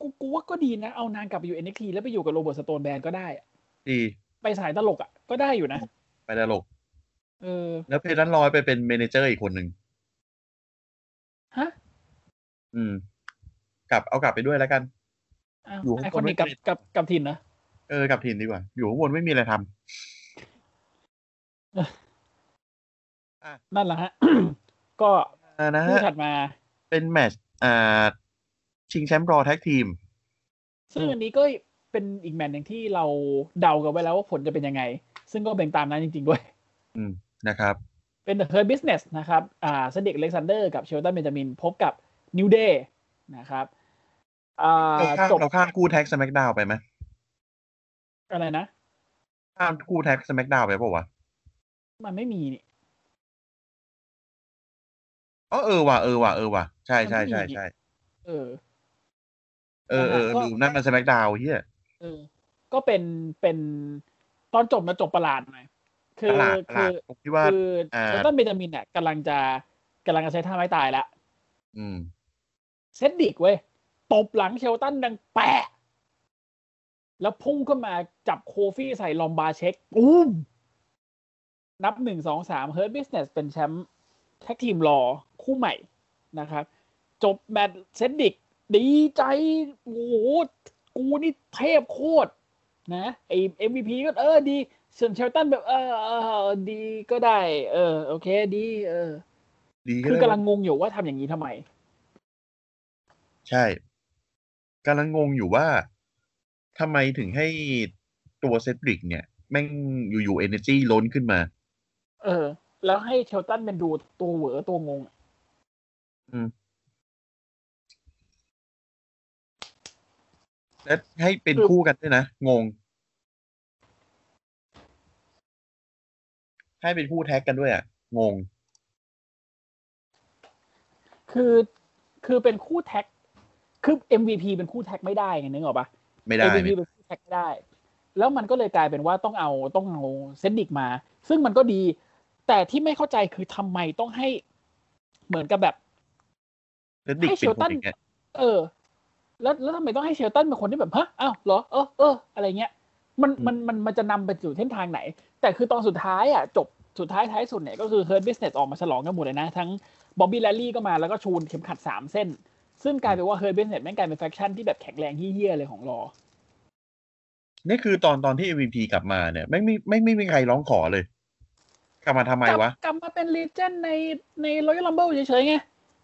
กูกูว่าก็ดีนะ เอานางกลับไปอยู่ NXT แล้วไปอยู่กับโรเบิร์ตสโตนแบนก็ได้อะ ดี ไปสายตลกอ่ะ ก็ได้อยู่นะ ไปตลก เออ แล้วเพลน้อยไปเป็นเมเนเจอร์อีกคนหนึ่ง ฮะ อืม กลับเอากลับไปด้วยแล้วกัน อ้าว อยู่ข้างบน ไอคนนี้กับ ไม่ติด กับกับทินนะ เออกลับถิ่นดีกว่า อยู่ข้างบนไม่มีอะไรทำ นั่นแหละฮะ (coughs) ก็ อ่านะ คู่ ฮะ ถัดมา เป็นแมตช์อ่าชิงแชมป์รอแท็กทีม ซึ่งอันนี้ก็เป็นอีกแมตช์หนึ่งที่เราเดากันไว้แล้วว่าผลจะเป็นยังไง ซึ่งก็เป็นตามนั้นจริง ๆ ด้วย อืมนะครับ เป็น The Hurt Business นะครับ อ่าเซเด็กเล็กซานเดอร์กับเชลตันเบนจามินพบกับ New Day นะครับอ่า เราข้าม จบ เราข้ามคู่แท็กสแมกดาวไปไหม อะไรนะ ข้ามคู่แท็กสแมกดาวไปเปล่าวะ มันไม่มีนี่ อ๋อเออว่ะเออว่ะเออว่ะใช่ใช่ มันไม่ ใช่ มี ใช่ เออ เออเออ ก็ ลืมนั่นมันสแมกดาวเฮีย เออก็เป็นเป็นตอนจบมาจบประหลาดหน่อยคื ประ อ หลาดประหลาคืด อ ตรงที่ว่า คือ อ่า เชลตันเบนจามินเนี่ยกำลังจะกำลังจะใช้ท่าไม้ตายละ อืม เซดดิกเว้ย ตบหลังเชลตันดังแปะ แล้วพุ่งขึ้นมาจับโคฟี่ใส่ลอมบาร์เช็คอุ้มนับหนึ่งสองสามเฮิร์ตบิสเนสเป็นแชมป์แท็กทีมรอคู่ใหม่นะครับ จบแมตช์เซดดิกดีใจโอ้โหกูนี่เทพโคตร นะไอเอ็มวีพีก็เออดี ส่วนเชลตันแบบ เออเออเออดีก็ได้ เออ โอเคดี เออ ดีก็ คือ ได้ กำลังงงอยู่ว่าทำอย่างนี้ทำไม ใช่กำลังงงอยู่ว่าทำไมถึงให้ตัวเซตริกเนี่ย แม่งอยู่ๆเอเนจีล้นขึ้นมา เออ แล้วให้เชลตันเป็นดูตัวเหวอตัวงง และให้เป็น คือ คู่กันด้วยนะ งง ให้เป็นคู่แท็กกันด้วยอ่ะ งง คือคือเป็นคู่แท็ก คือ MVP เป็นคู่แท็กไม่ได้ไงนึกออกปะ ไม่ได้ MVP ไม่ เป็นคู่แท็กไม่ได้ แล้วมันก็เลยกลายเป็นว่าต้องเอาต้องเอาเซนดิกมา ซึ่งมันก็ดี แต่ที่ไม่เข้าใจคือทำไมต้องให้เหมือนกับแบบ แล้วดิก ให้ เป็น เชล ค ตั น น อย่างเงี้ย เออ แล้วแล้วทำไมต้องให้เชลตันเป็นคนที่แบบฮะอ้าวเหรอเออเอออะไรเงี้ย มันมันมันมันจะนำไปสู่เส้นทางไหน แต่คือตอนสุดท้ายอ่ะ จบสุดท้ายท้ายสุดเนี่ยก็คือเฮิร์ b บิสเนสออกมาฉลองกันหมดเลยนะ ทั้งบ๊อบบี้แลลี่ก็มาแล้วก็ชูนเข็มขัดสามเส้น ซึ่งกลายเป็นว่าเฮิร์ b บิสเนสแม่งกลายเป็นแฟคชั่นที่แบบแข็งแรงเฮี้ยๆเลยของรอ นี่คือตอนตอนที่ MVP กลับมาเนี่ยไม่ไม่ไม่ไม่มีใครร้องขอเลย กลับมาทำไม กลั วะ กลับมาเป็นลีเจนในในรอยัลลัมเบิลเฉยๆไง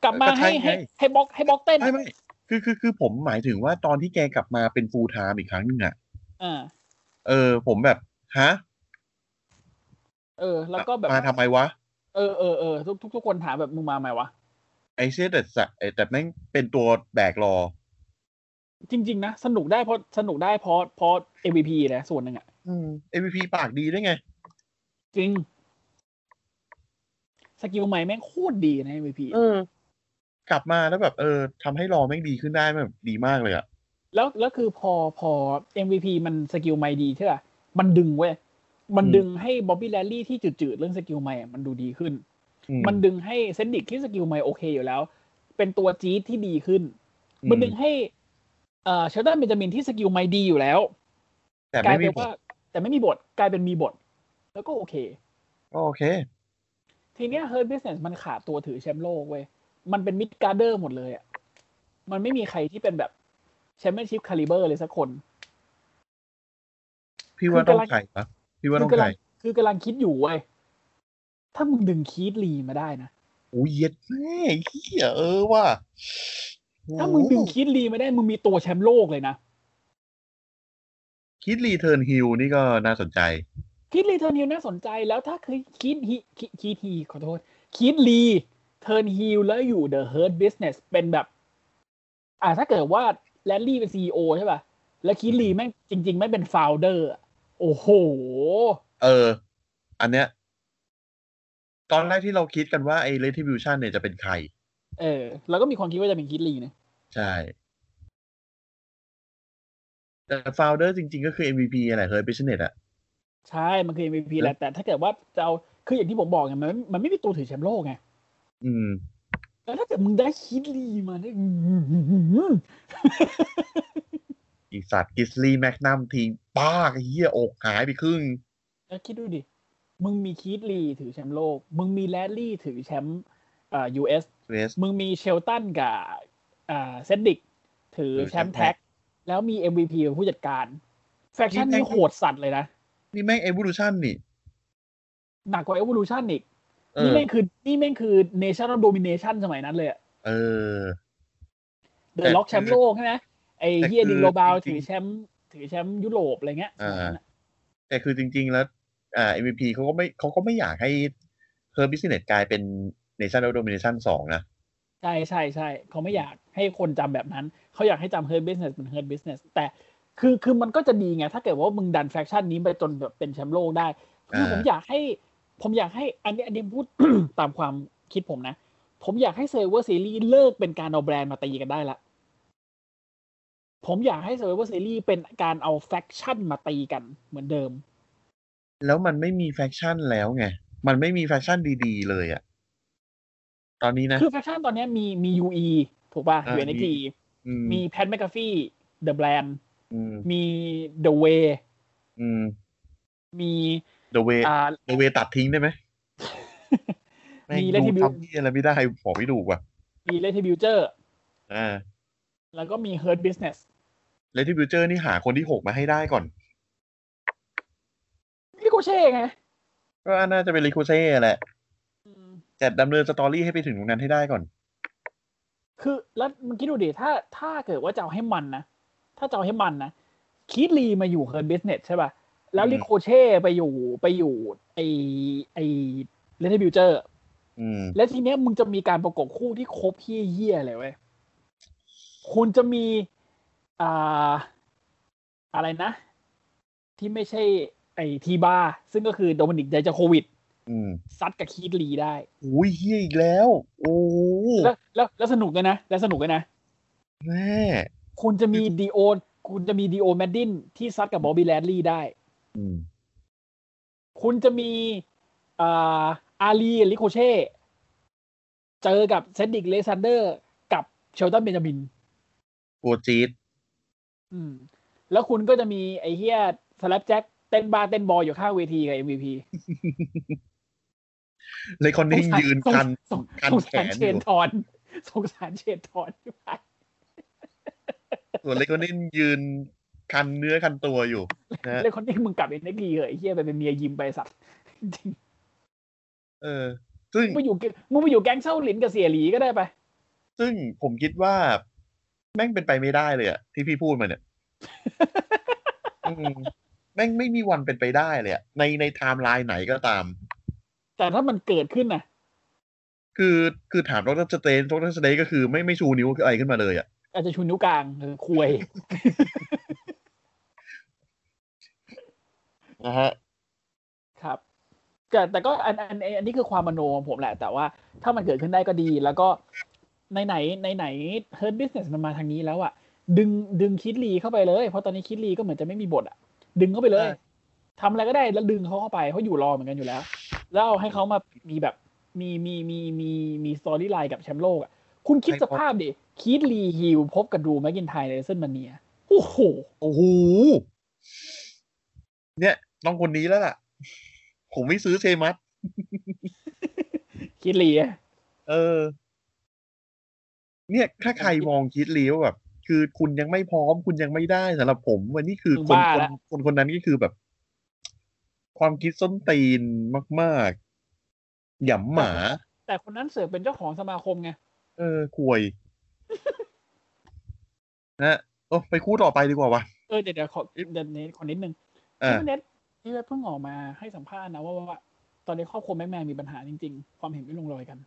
กลับมา ก็ใช่ไงให้ให้ให้บล็อกให้บล็อกเต้น ไม่ไม่คือคือคือผมหมายถึงว่าตอนที่แกกลับมาเป็นฟูลไทม์อีกครั้งหนึ่งอ่ะ อ่า เออ ผมแบบฮะ เออ แล้วก็แบบ มาทำไมวะ เออเออเออทุกทุกทุกคนถามแบบมึงมาไหมวะ ไอเชียแต่สะไอ้แต่แม่งเป็นตัวแบกรอ จริง ๆ นะ สนุกได้เพราะสนุกได้เพราะเพราะ MVP นะส่วนหนึ่งอะ อืม MVP ปากดีด้วยไง จริง สกิลใหม่แม่งโคตรดีนะ MVP เออ กลับมาแล้วแบบ เออทำให้รอแม่งดีขึ้นได้แบบดีมากเลยอ่ะ แล้วแล้วคือพอพอ MVP มันสกิลใหม่ดีใช่ป่ะมันดึงเว้ย มันดึงให้บ๊อบบี้แลนลี่ที่จืดๆ เรื่องสกิลใหม่มันดูดีขึ้น อื มันดึงให้เซนดิกที่สกิลใหม่โอเคอยู่แล้ว เป็นตัวจี๊ดที่ดีขึ้น อื มันดึงให้เอ่อเชลตันเบนจามินที่สกิลไม่ดีอยู่แล้ว แต่ กลา ไม่ ยเป็ มี นว่า แต่ไม่มีบทกลายเป็นมีบท แล้วก็โอเค ก็โอเค ทีเนี้ยเฮิร์ b บิสเนสมันขาดตัวถือแชมป์โลกเว้ย มันเป็นมิดการ์เดอร์หมดเลยอ่ะ มันไม่มีใครที่เป็นแบบแชมเปี้ยนชิพคาลิเบอร์เลยสักคน พี่ว่าต้อง คือกำลัง ใครปะพี่ว่า คื ต้อง กำ ใค ลั ร คือกำลังคิดอยู่เว้ย ถ้ามึงดึงคีตลีมาได้นะ โอ้ยเย็ดแม่เฮียเออว่ะ ถ้ามึงดึง โอ้โห คีตลีมาได้มึงมีตัวแชมป์โลกเลยนะ คิดรีเทิร์นฮิลนี่ก็น่าสนใจ คีตลีเทิร์นฮิลน่าสนใจแล้วถ้าคือคีตฮีคีตฮีขอโทษคีตลีเทิร์นฮิลแล้วอยู่เดอะเฮิร์ b บิสเนสเป็นแบบ อ่าถ้าเกิดว่าแลนลี่เป็นซีอใช่ป่ะ แล้วคีตลีแม่งจริง ๆ ไม่เป็นฟาวเดอร์โอ้โห เออ อันเนี้ย ตอนแรกที่เราคิดกันว่าไอ้ retribution เนี่ยจะเป็นใคร เออ แล้วก็มีความคิดว่าจะเป็นคิดลีนะ ใช่ แต่ฟาวเดอร์จริง ๆ ก็คือ MVP อะไรเฮ้ย business อะ ใช่มันคือ MVP แหละแต่ถ้าเกิดว่าจะเอาคืออย่างที่ผมบอกไงมันมันไม่มีตัวถือแชมป์โลกไง อืม แล้วถ้าเกิดมึงได้คิดลีมาเนี่ยอื้อหือ อีสัตว์กิสลี่แมกนัมทีป้ากไอ้เหี้ยอกหายไปครึ่ง แล้วคิดดูดิ มึงมีคิดลีถือแชมป์โลก มึงมีแรดลี่ถือแชมป์เอ่อ US เวส มึงมีเชลตันกับอ่าเซนดิกถือ ถือ แช แช ม มป์ ป์แท็ก tag แล้วมี MVP เป็นผู้จัดการ แฟคชั่น นี่ นี่โหดสัตว์เลยนะ นี่แม่ง evolution นี่ หนักกว่า Evolution อีก เอ นี่ อ แม่งคือนี่แม่งคือ Nation of Domination สมัยนั้นเลยอะ เออ เด แต่ อะล็อกแชมป์โลกใช่ไหมไอ้ แต่ เฮีย คือ ดิงโลบาว จริ ถื งๆ อแชมป์ถือแชมป์ยุโรปอะไรเงี้ย อ่า แต่คือจริง ๆ แล้ว อ่า MVP เขาก็ไม่เขาก็ไม่อยากให้เ e อร์บิสเนสกลายเป็น Nation of Domination สองนะ ใช่ใช่ใช่เขาไม่อยากให้คนจำแบบนั้น เขาอยากให้จำเฮิร์ b บิสเนสเป็นเฮิร์ b บิสเนสแต่คือคือมันก็จะดีไง ถ้าเกิดว่ามึงดันแฟคชั่นนี้ไปจนแบบเป็นแชมป์โลกได้ คือ อ่า ผมอยากให้ ผมอยากให้อันนี้อันนี้พูด (coughs) ตามความคิดผมนะ ผมอยากให้เซเวอร์ซีรีส์เลิกเป็นการเอาแบรนด์มาตีกันได้ละผมอยากให้เซเวอร์ซีรีส์เป็นการเอาแฟคชั่นมาตีกันเหมือนเดิม แล้วมันไม่มีแฟคชั่นแล้วไง มันไม่มีแฟคชั่นดีๆ เลยอะตอนนี้นะ คือแฟคชั่นตอนเนี้ยมีมี UE ถูกป่ะ อ่า u n มี t อืม มีแพทแมคกาฟี่เดอะแบรนด์ อืม มี The Way อืม มี The way อ่า The way ตัดทิ้งได้ไหมแง (laughs) มี Retribution ดูทำเหี้ยอะไรไม่ได้บอกไม่ถูกว่ะ มี r e t r i b u t o r อ่า แล้วก็มี Hurt Business เลทิบิวเจอร์นี่หาคนที่หกมาให้ได้ก่อน ลิโกเช่ไง ก็น่าจะเป็นลิโคเซ่แหละ อืม แต่ดำเนินสตอรี่ให้ไปถึงตรงนั้นให้ได้ก่อน คือแล้วมันคิดดูดิถ้าถ้าเกิดว่าจะเอาให้มันนะ ถ้าจะเอาให้มันนะคีดลีมาอยู่ Hurt Business ใช่ป่ะ แล้ว อืม ลิโกเช่ไปอยู่ไปอยู่ไอไอ r e t r i b u t o r อืม และทีเนี้ยมึงจะมีการประกบคู่ที่ครบเฮี้ยๆเลยเว้ย คุณจะมีอ่าอะไรนะ ที่ไม่ใช่ไอ้ทีบาร์ซึ่งก็คือโดมินิกไดจาโควิด อืม ซัดกับคีดลีได้ โอ้ยเฮียอีกแล้ว โอ้โห แล้วแล้วแล้วสนุกด้วยนะ แล้วสนุกด้วยนะ แม่ คุณจะมีดีโอคุณจะมีดีโอแมดดินที่ซัดกับบอบบี้แลดลีย์ได้ อืม คุณจะมีอ่า อาลีลิโคเช่ เจอกับเซดดิกเลซันเดอร์ กับเชลตันเบนจามิน กลัวจี๊ด อืม แล้วคุณก็จะมีไอ้เฮียสแลปแจ็คเต้นบาร์เต้นบอลอยู่ข้างเวทีกับ MVP เลยคนนี้ สงสาร ยืนกัน สง กัน สงสาร แขนอยู่ เชนทอน (laughs) สงสารเชนทอนที่ไป ส่วนเลยคนนี้ยืนคันเนื้อคันตัวอยู่นะฮะ เลยคนนี้มึงกลับเอ็นเอ็กซ์ดีเหอะไอ้เฮียไปเป็นเมียยิมไปสัตว์จริง เออ ซึ่ง (laughs) ๆมึงไปอยู่แก๊งมึงไปอยู่แก๊งเช่าหลินกับเสียหลีก็ได้ไป ซึ่งผมคิดว่า แม่งเป็นไปไม่ได้เลยอะที่พี่พูดมา (laughs) เนี่ย อืมแม่งไม่มีวันเป็นไปได้เลยอะในในไทม์ไลน์ไหนก็ตาม แต่ถ้ามันเกิดขึ้นนะ คือคือถามดรสเตนดรสเตนก็คือไม่ไม่ชูนิ้วอะไรขึ้นมาเลยอะ อาจจะชูนิ้วกลางเออคุย นะฮะ ครับ แต่แต่ก็อันอันอันนี้คือความมโนของผมแหละ แต่ว่าถ้ามันเกิดขึ้นได้ก็ดี แล้วก็ในไหนในไหนเฮิร์ b บิสเนสมันมาทางนี้แล้วอะดึงดึงคิดลีเข้าไปเลย เพราะตอนนี้คิดลีก็เหมือนจะไม่มีบทอะดึงเข้าไปเลย ใช่ ทำอะไรก็ได้แล้วดึงเขาเข้าไปเขาอยู่รอเหมือนกันอยู่แล้ว แล้วเอาให้เขามามีแบบมีมีมีมีมีสตอรี่ไลน์กับแชมป์โลกอะคุณคิดสภาพดิคิดลีฮิวพบกับดรูแมกกินไทยในเซนมาเนียโอ้โห โอ้โหเนี่ยน้องคนนี้แล้วล่ะ ผมไม่ซื้อเชมัส คิดลีอะ เออ เนี่ยถ้าใครมองคิดเลี้ยวแบบ คือคุณยังไม่พร้อม คุณยังไม่ได้สำหรับผมวันนี้คือคน บ้า คน ละ คนคนนั้นก็คือแบบ ความคิดส้นตีนมากๆหยำหมา แต่คนนั้นเสือกเป็นเจ้าของสมาคมไง เออควย นะโอ้ไปคู่ต่อไปดีกว่าวะ เออเดี๋ยวเดี๋ยวขอเดี๋ยวนี้ขอนิดนึง อ่า ที่เน็ตที่เน็ตเพิ่งออกมาให้สัมภาษณ์นะว่าว่าว่าตอนนี้ครอบครัวแม่แม่มีปัญหาจริง ๆ ความเห็นไม่ลงรอยกัน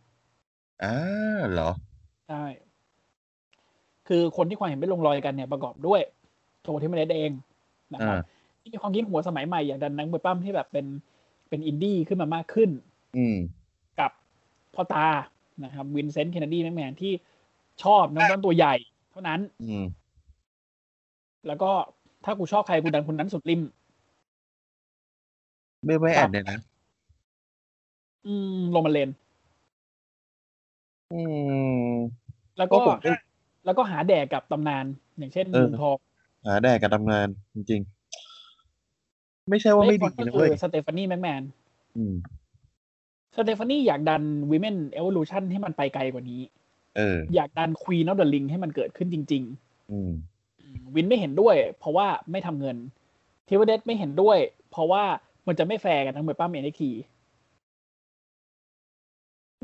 อ่าเหรอ ใช่คือคนที่ความเห็นไม่ลงรอยกันเนี่ยประกอบด้วยโทที่เน็ตเองนะครับ อ่า ที่มีความคิดหัวสมัยใหม่อย่างดันนังมวยปั้มที่แบบเป็นเป็นอินดี้ขึ้นมามากขึ้น อืม กับพ่อตานะครับวินเซนต์เคนเนดีแม็กแมนที่ชอบน้องต้นตัวใหญ่ เท่านั้น อืม แล้วก็ถ้ากูชอบใครกูดันคนนั้นสุดริม ไม่ไม่แอดเนี่ยนะ อืมลงมาเลน อืม แล้วก็ ก็ผมก็ แล้วก็หาแดกกับตำนาน อย่างเช่น เออ ลุงทอง หาแดกกับทำงานจริงๆ ไม่ใช่ว่าไม่ดี ก็ นะ คื เว้ย สเตฟานีแม็กแมน อืม สเตฟานีอยากดันวีเมนเอว l ลูชันให้มันไปไกลกว่านี้ เออ อยากดันควีน n อ f เดอะลิงให้มันเกิดขึ้นจริง อืม ๆ วินไม่เห็นด้วย เพราะว่าไม่ทำเงินเทวเดสไม่เห็นด้วย เพราะว่ามันจะไม่แฟร์กันทั้งเบอร์ป้าเมนที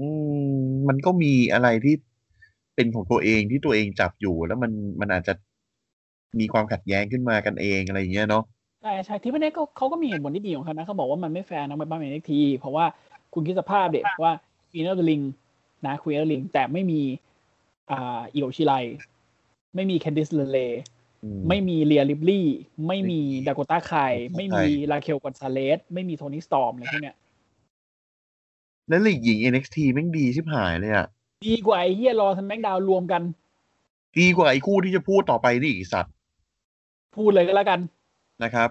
อืม มันก็มีอะไรที่เป็นของตัวเองที่ตัวเองจับอยู่ แล้วมันมันอาจจะมีความขัดแย้งขึ้นมากันเองอะไรอย่างเงี้ยเนาะ ใช่ใช่เทวเดสก็เขาก็มีเหตุผลที่ดีของเขานะเขาบอกว่ามันไม่แฟร์ทั้งเบอร์ป้าเมนทีเพราะว่าคุณคิดสภาพเด็กว่าควีน n อ f เดอะลิงนะควีน n อ f เดอะลิงแต่ไม่มีอ่าอิโอชิไลไม่มีแคนดิสเลเล อืม ไม่มีเลียริบลี่ ไม่มีดาก o ต a าไค ไม่ ไม่ มี มีลาเคลกอนซาเลส ไม่มีโทนี่สตอมอะไรพวกเนี้ย แล้วลีกหญิง NXT แม่งดีชิบหายเลยอะ ดีกว่าไอ้เฮียรอสแมกดาวรวมกัน ดีกว่าไอ้คู่ที่จะพูดต่อไปนี่อีกสัตว์ พูดเลยก็แล้วกัน นะครับ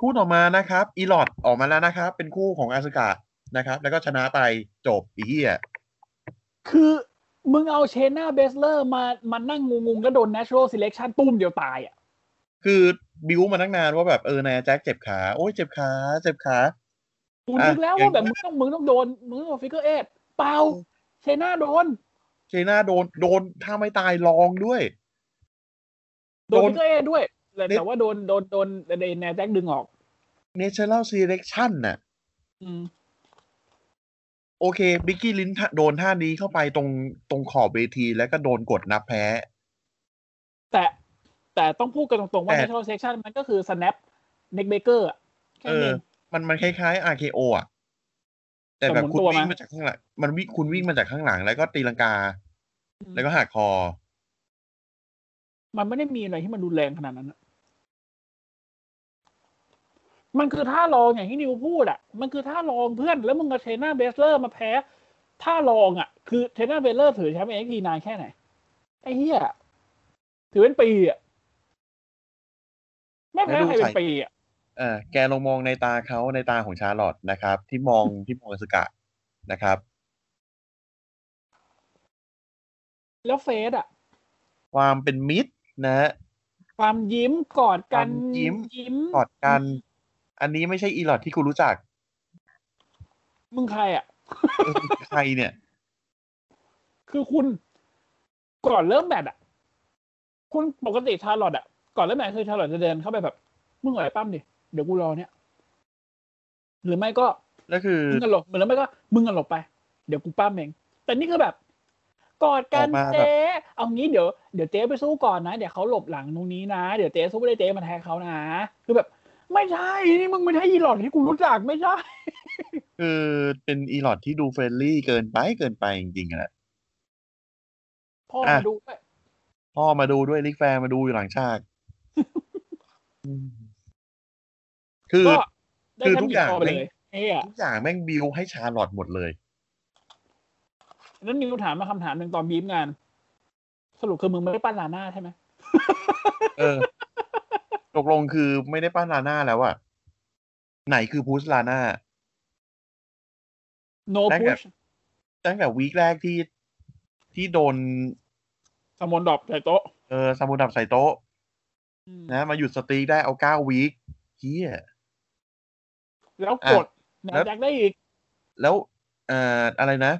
คู่ต่อมานะครับ อีลอดออกมาแล้วนะครับ เป็นคู่ของอาสกะนะครับ แล้วก็ชนะไปจบอีเหี้ย คือมึงเอาเชน่าเบสเลอร์มามานั่งงงงๆแล้วโดน natural selection ตุ้มเดียวตายอ่ะ คือบิวมาตั้งนานว่าแบบเออนายแจ็คเจ็บขา โอ้ยเจ็บขา เจ็บขา กู อ่ะ นึกแล้ว อย่าง ว่าแบบมึงต้องมึงต้องโดน มึงต้องโดนฟิกเกอร์เอทเปล่าเชน่าโดน เชน่าโดนโดนถ้าไม่ตายลองด้วย โดน โดน ฟิกเกอร์เอทด้วยแต่ นี่ แต่ว่าโดนโดนโดนโดนแนแจ็คดึงออก เนเชอรัลซีเลคชั่นน่ะ อืม โอเค บิกกี้ลินโดนท่านี้เข้าไปตรงตรงขอบเวที แล้วก็โดนกดนับแพ้ แต่แต่ต้องพูดกันตรงๆว่า แต่ natural selection มันก็คือ snap neck breaker อะแค่ เออนั้นเอง มันมันคล้ายๆ RKO อ่ะ แต่แบบคุณวิ่งมาจากข้างหลัง มันวิ่งคุณวิ่งมาจากข้างหลัง แล้วก็ตีลังกา แล้วก็หักคอ มันไม่ได้มีอะไรที่มันรุนแรงขนาดนั้นอะมันคือท่ารองอย่างที่นิวพูดอะมันคือท่ารองเพื่อน แล้วมึงกับเชน่าเบสเลอร์มาแพ้ท่ารองอะคือเชน่าเบสเลอร์ถือแชมป์เอ็กซ์ทีนานแค่ไหน ไอ้เหี้ย ถือเป็นปีอะไม่แพ้ใครเป็นปีอะ (laughs) เออแกลองมองในตาเขาในตาของชาร์ลอตนะครับ ที่มองที่มองอสุกะ นะครับ แล้วเฟสอะ ความเป็นมิตรนะฮะ ความยิ้มกอดกัน ความยิ้ม ยิ้ม กอดกัน อันนี้ไม่ใช่อีหลอดที่กูรู้จัก มึงใครอะ เออใครเนี่ย คือคุณก่อนเริ่มแมตช์อ่ะ คุณปกติชาร์ลอตอ่ะ ก่อนเริ่มแมตช์คือชาร์ลอตจะเดินเข้าไปแบบ มึงไหวปั้มดิ เดี๋ยวกูรอเนี่ย หรือไม่ก็ แล้ว (laughs) คือ มึงกันหลบหรือไม่ก็ มึงกันหลบไป เดี๋ยวกูปั้มเอง แต่นี่คือแบบ กอดกันเจ๊เอางี้เดี๋ยวเดี๋ยวเจ๊ไปสู้ก่อนนะ เดี๋ยวเขาหลบหลังตรงนี้นะ เดี๋ยวเจ๊สู้ไม่ได้เจ๊มาแทงเขานะ คือแบบ ไม่ใช่ นี่มึงไม่ใช่ยีหลอดที่กูรู้จักไม่ใช่ คือเป็นอีหลอดที่ดูเฟรนลี่เกินไปเกินไปจริงๆอะนะ พ่อมาดูด้วย พ่อมาดูด้วยลิกแฟนมาดูอยู่หลังฉากอืมคือ ก็ได้ คือ แค่ ทุก บิ อ ด ย่าง คอไป ไม่ เลยเอ้ย ทุกอย่างแม่งบิวให้ชาร์ลอตหมดเลย นั้นนิวถามมาคำถามหนึ่งตอนบีบงาน สรุปคือมึงไม่ได้ปั้นลาน่าใช่ไหม เออ ตกลงคือไม่ได้ป้านลาน่าแล้วอะไหนคือพุชลาน่า โน ได้ พุ ครั ช บ ตั้งแต่วีคแรกที่ที่โดน สมอนดรอปใส่โต๊ะ เออซามูดับใส่โต๊ะ นะมาหยุดสตรีได้เอาเก้าวีคเฮีย แล้วกดนะ แล้ว แจ็คได้อีก แล้วเอ่ออะไรนะ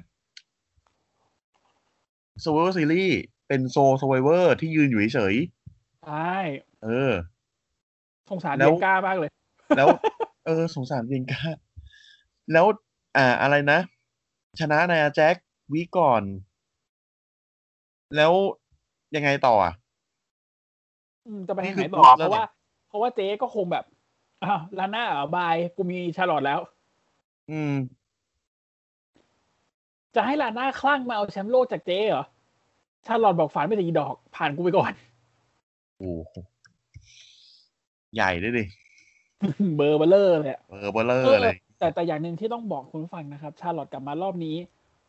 Survivor Series เป็นโซ Survivor ที่ยืนอยู่เฉย ใช่ ๆเออ สงสาร แล้ เดี ว ยก้ามากเลย แล้ว เออ สงสารเพียงกาแล้วอ่าอะไรนะ ชนะนายแจ็ควีคก่อน แล้วยังไงต่ออ่ะ อืมจะไป นี่ ทาง คื ไหน อ ต่อ แล้ เพ วเนี่ยราะว่า เพราะว่าเจ๊ก็คงแบบอ้าวลาน่าเหรอบายกูมีชาร์ลอตแล้ว อืม จะให้ลาน่าคลั่งมาเอาแชมป์โลกจากเจ๊เหรอ ชาร์ลอตบอกฝันไม่แต่อีดอก ผ่านกูไปก่อน (laughs) โอ้โหใหญ่ด้วยดิ เบอร์เบลเลอร์เลยอะ เออเบลเลอร์เลย แต่แต่อย่างหนึ่งที่ต้องบอกคุณผู้ฟังนะครับ ชาลอตกลับมารอบนี้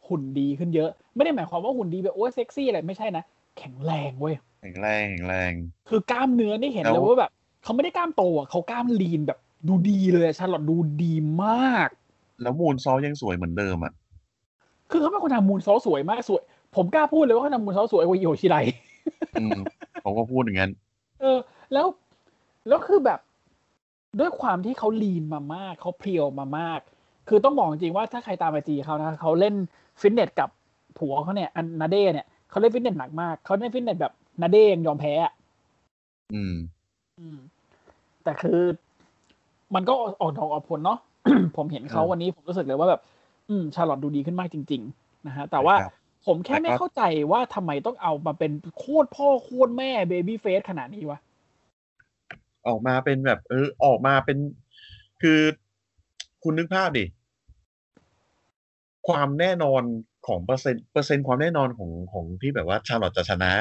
หุ่นดีขึ้นเยอะ ไม่ได้หมายความว่าหุ่นดีแบบโอ้ยเซ็กซี่อะไรไม่ใช่นะ แข็งแรงเว้ย แข็งแรงแข็งแรง คือกล้ามเนื้อนี่เห็น แล้ เล ว ยว่าแบบเขาไม่ได้กล้ามโตอ่ะเขากล้ามลีนแบบดูดีเลยอะชาลอตดูดีมาก แล้วมูนซอลยังสวยเหมือนเดิมอ่ะ คือเขาเป็นคนทำมูลซอลสวยมากสวย ผมกล้าพูดเลยว่าเขาทำมูลซอลสวยกว่าอิโยชิได อืมผมก็พูดอย่างนั้น เออแล้วแล้วคือแบบด้วยความที่เขาลีนมามากเขาเพรียวมามาก คือต้องบอกจริงๆว่าถ้าใครตามไอจีเขานะเขาเล่นฟิตเนสกับผัวเขาเนี่ยอันนาเด้เนี่ยเขาเล่นฟิตเนสหนักมากเขาเล่นฟิตเนสแบบนาเด้ยังยอมแพ้อะ อืม แต่คือ มันก็ออกดอกออกผลเนาะ (coughs) ผมเห็นเขา เออ วันนี้ผมรู้สึกเลยว่าแบบ อืม ชาลอตดูดีขึ้นมากจริง ๆ นะฮะแต่ว่า ครับ ผมแค่ไม่ แต่ก็ เข้าใจว่าทำไมต้องเอามาเป็นโคตรพ่อโคตรแม่เบบี้เฟสขนาดนี้วะ ออกมาเป็นแบบ เออ ออกมาเป็น คือคุณนึกภาพดิ ความแน่นอนของเปอร์เซ็นต์เปอร์เซ็นต์ความแน่นอนของของที่แบบว่าชาร์ลอตจะชนะ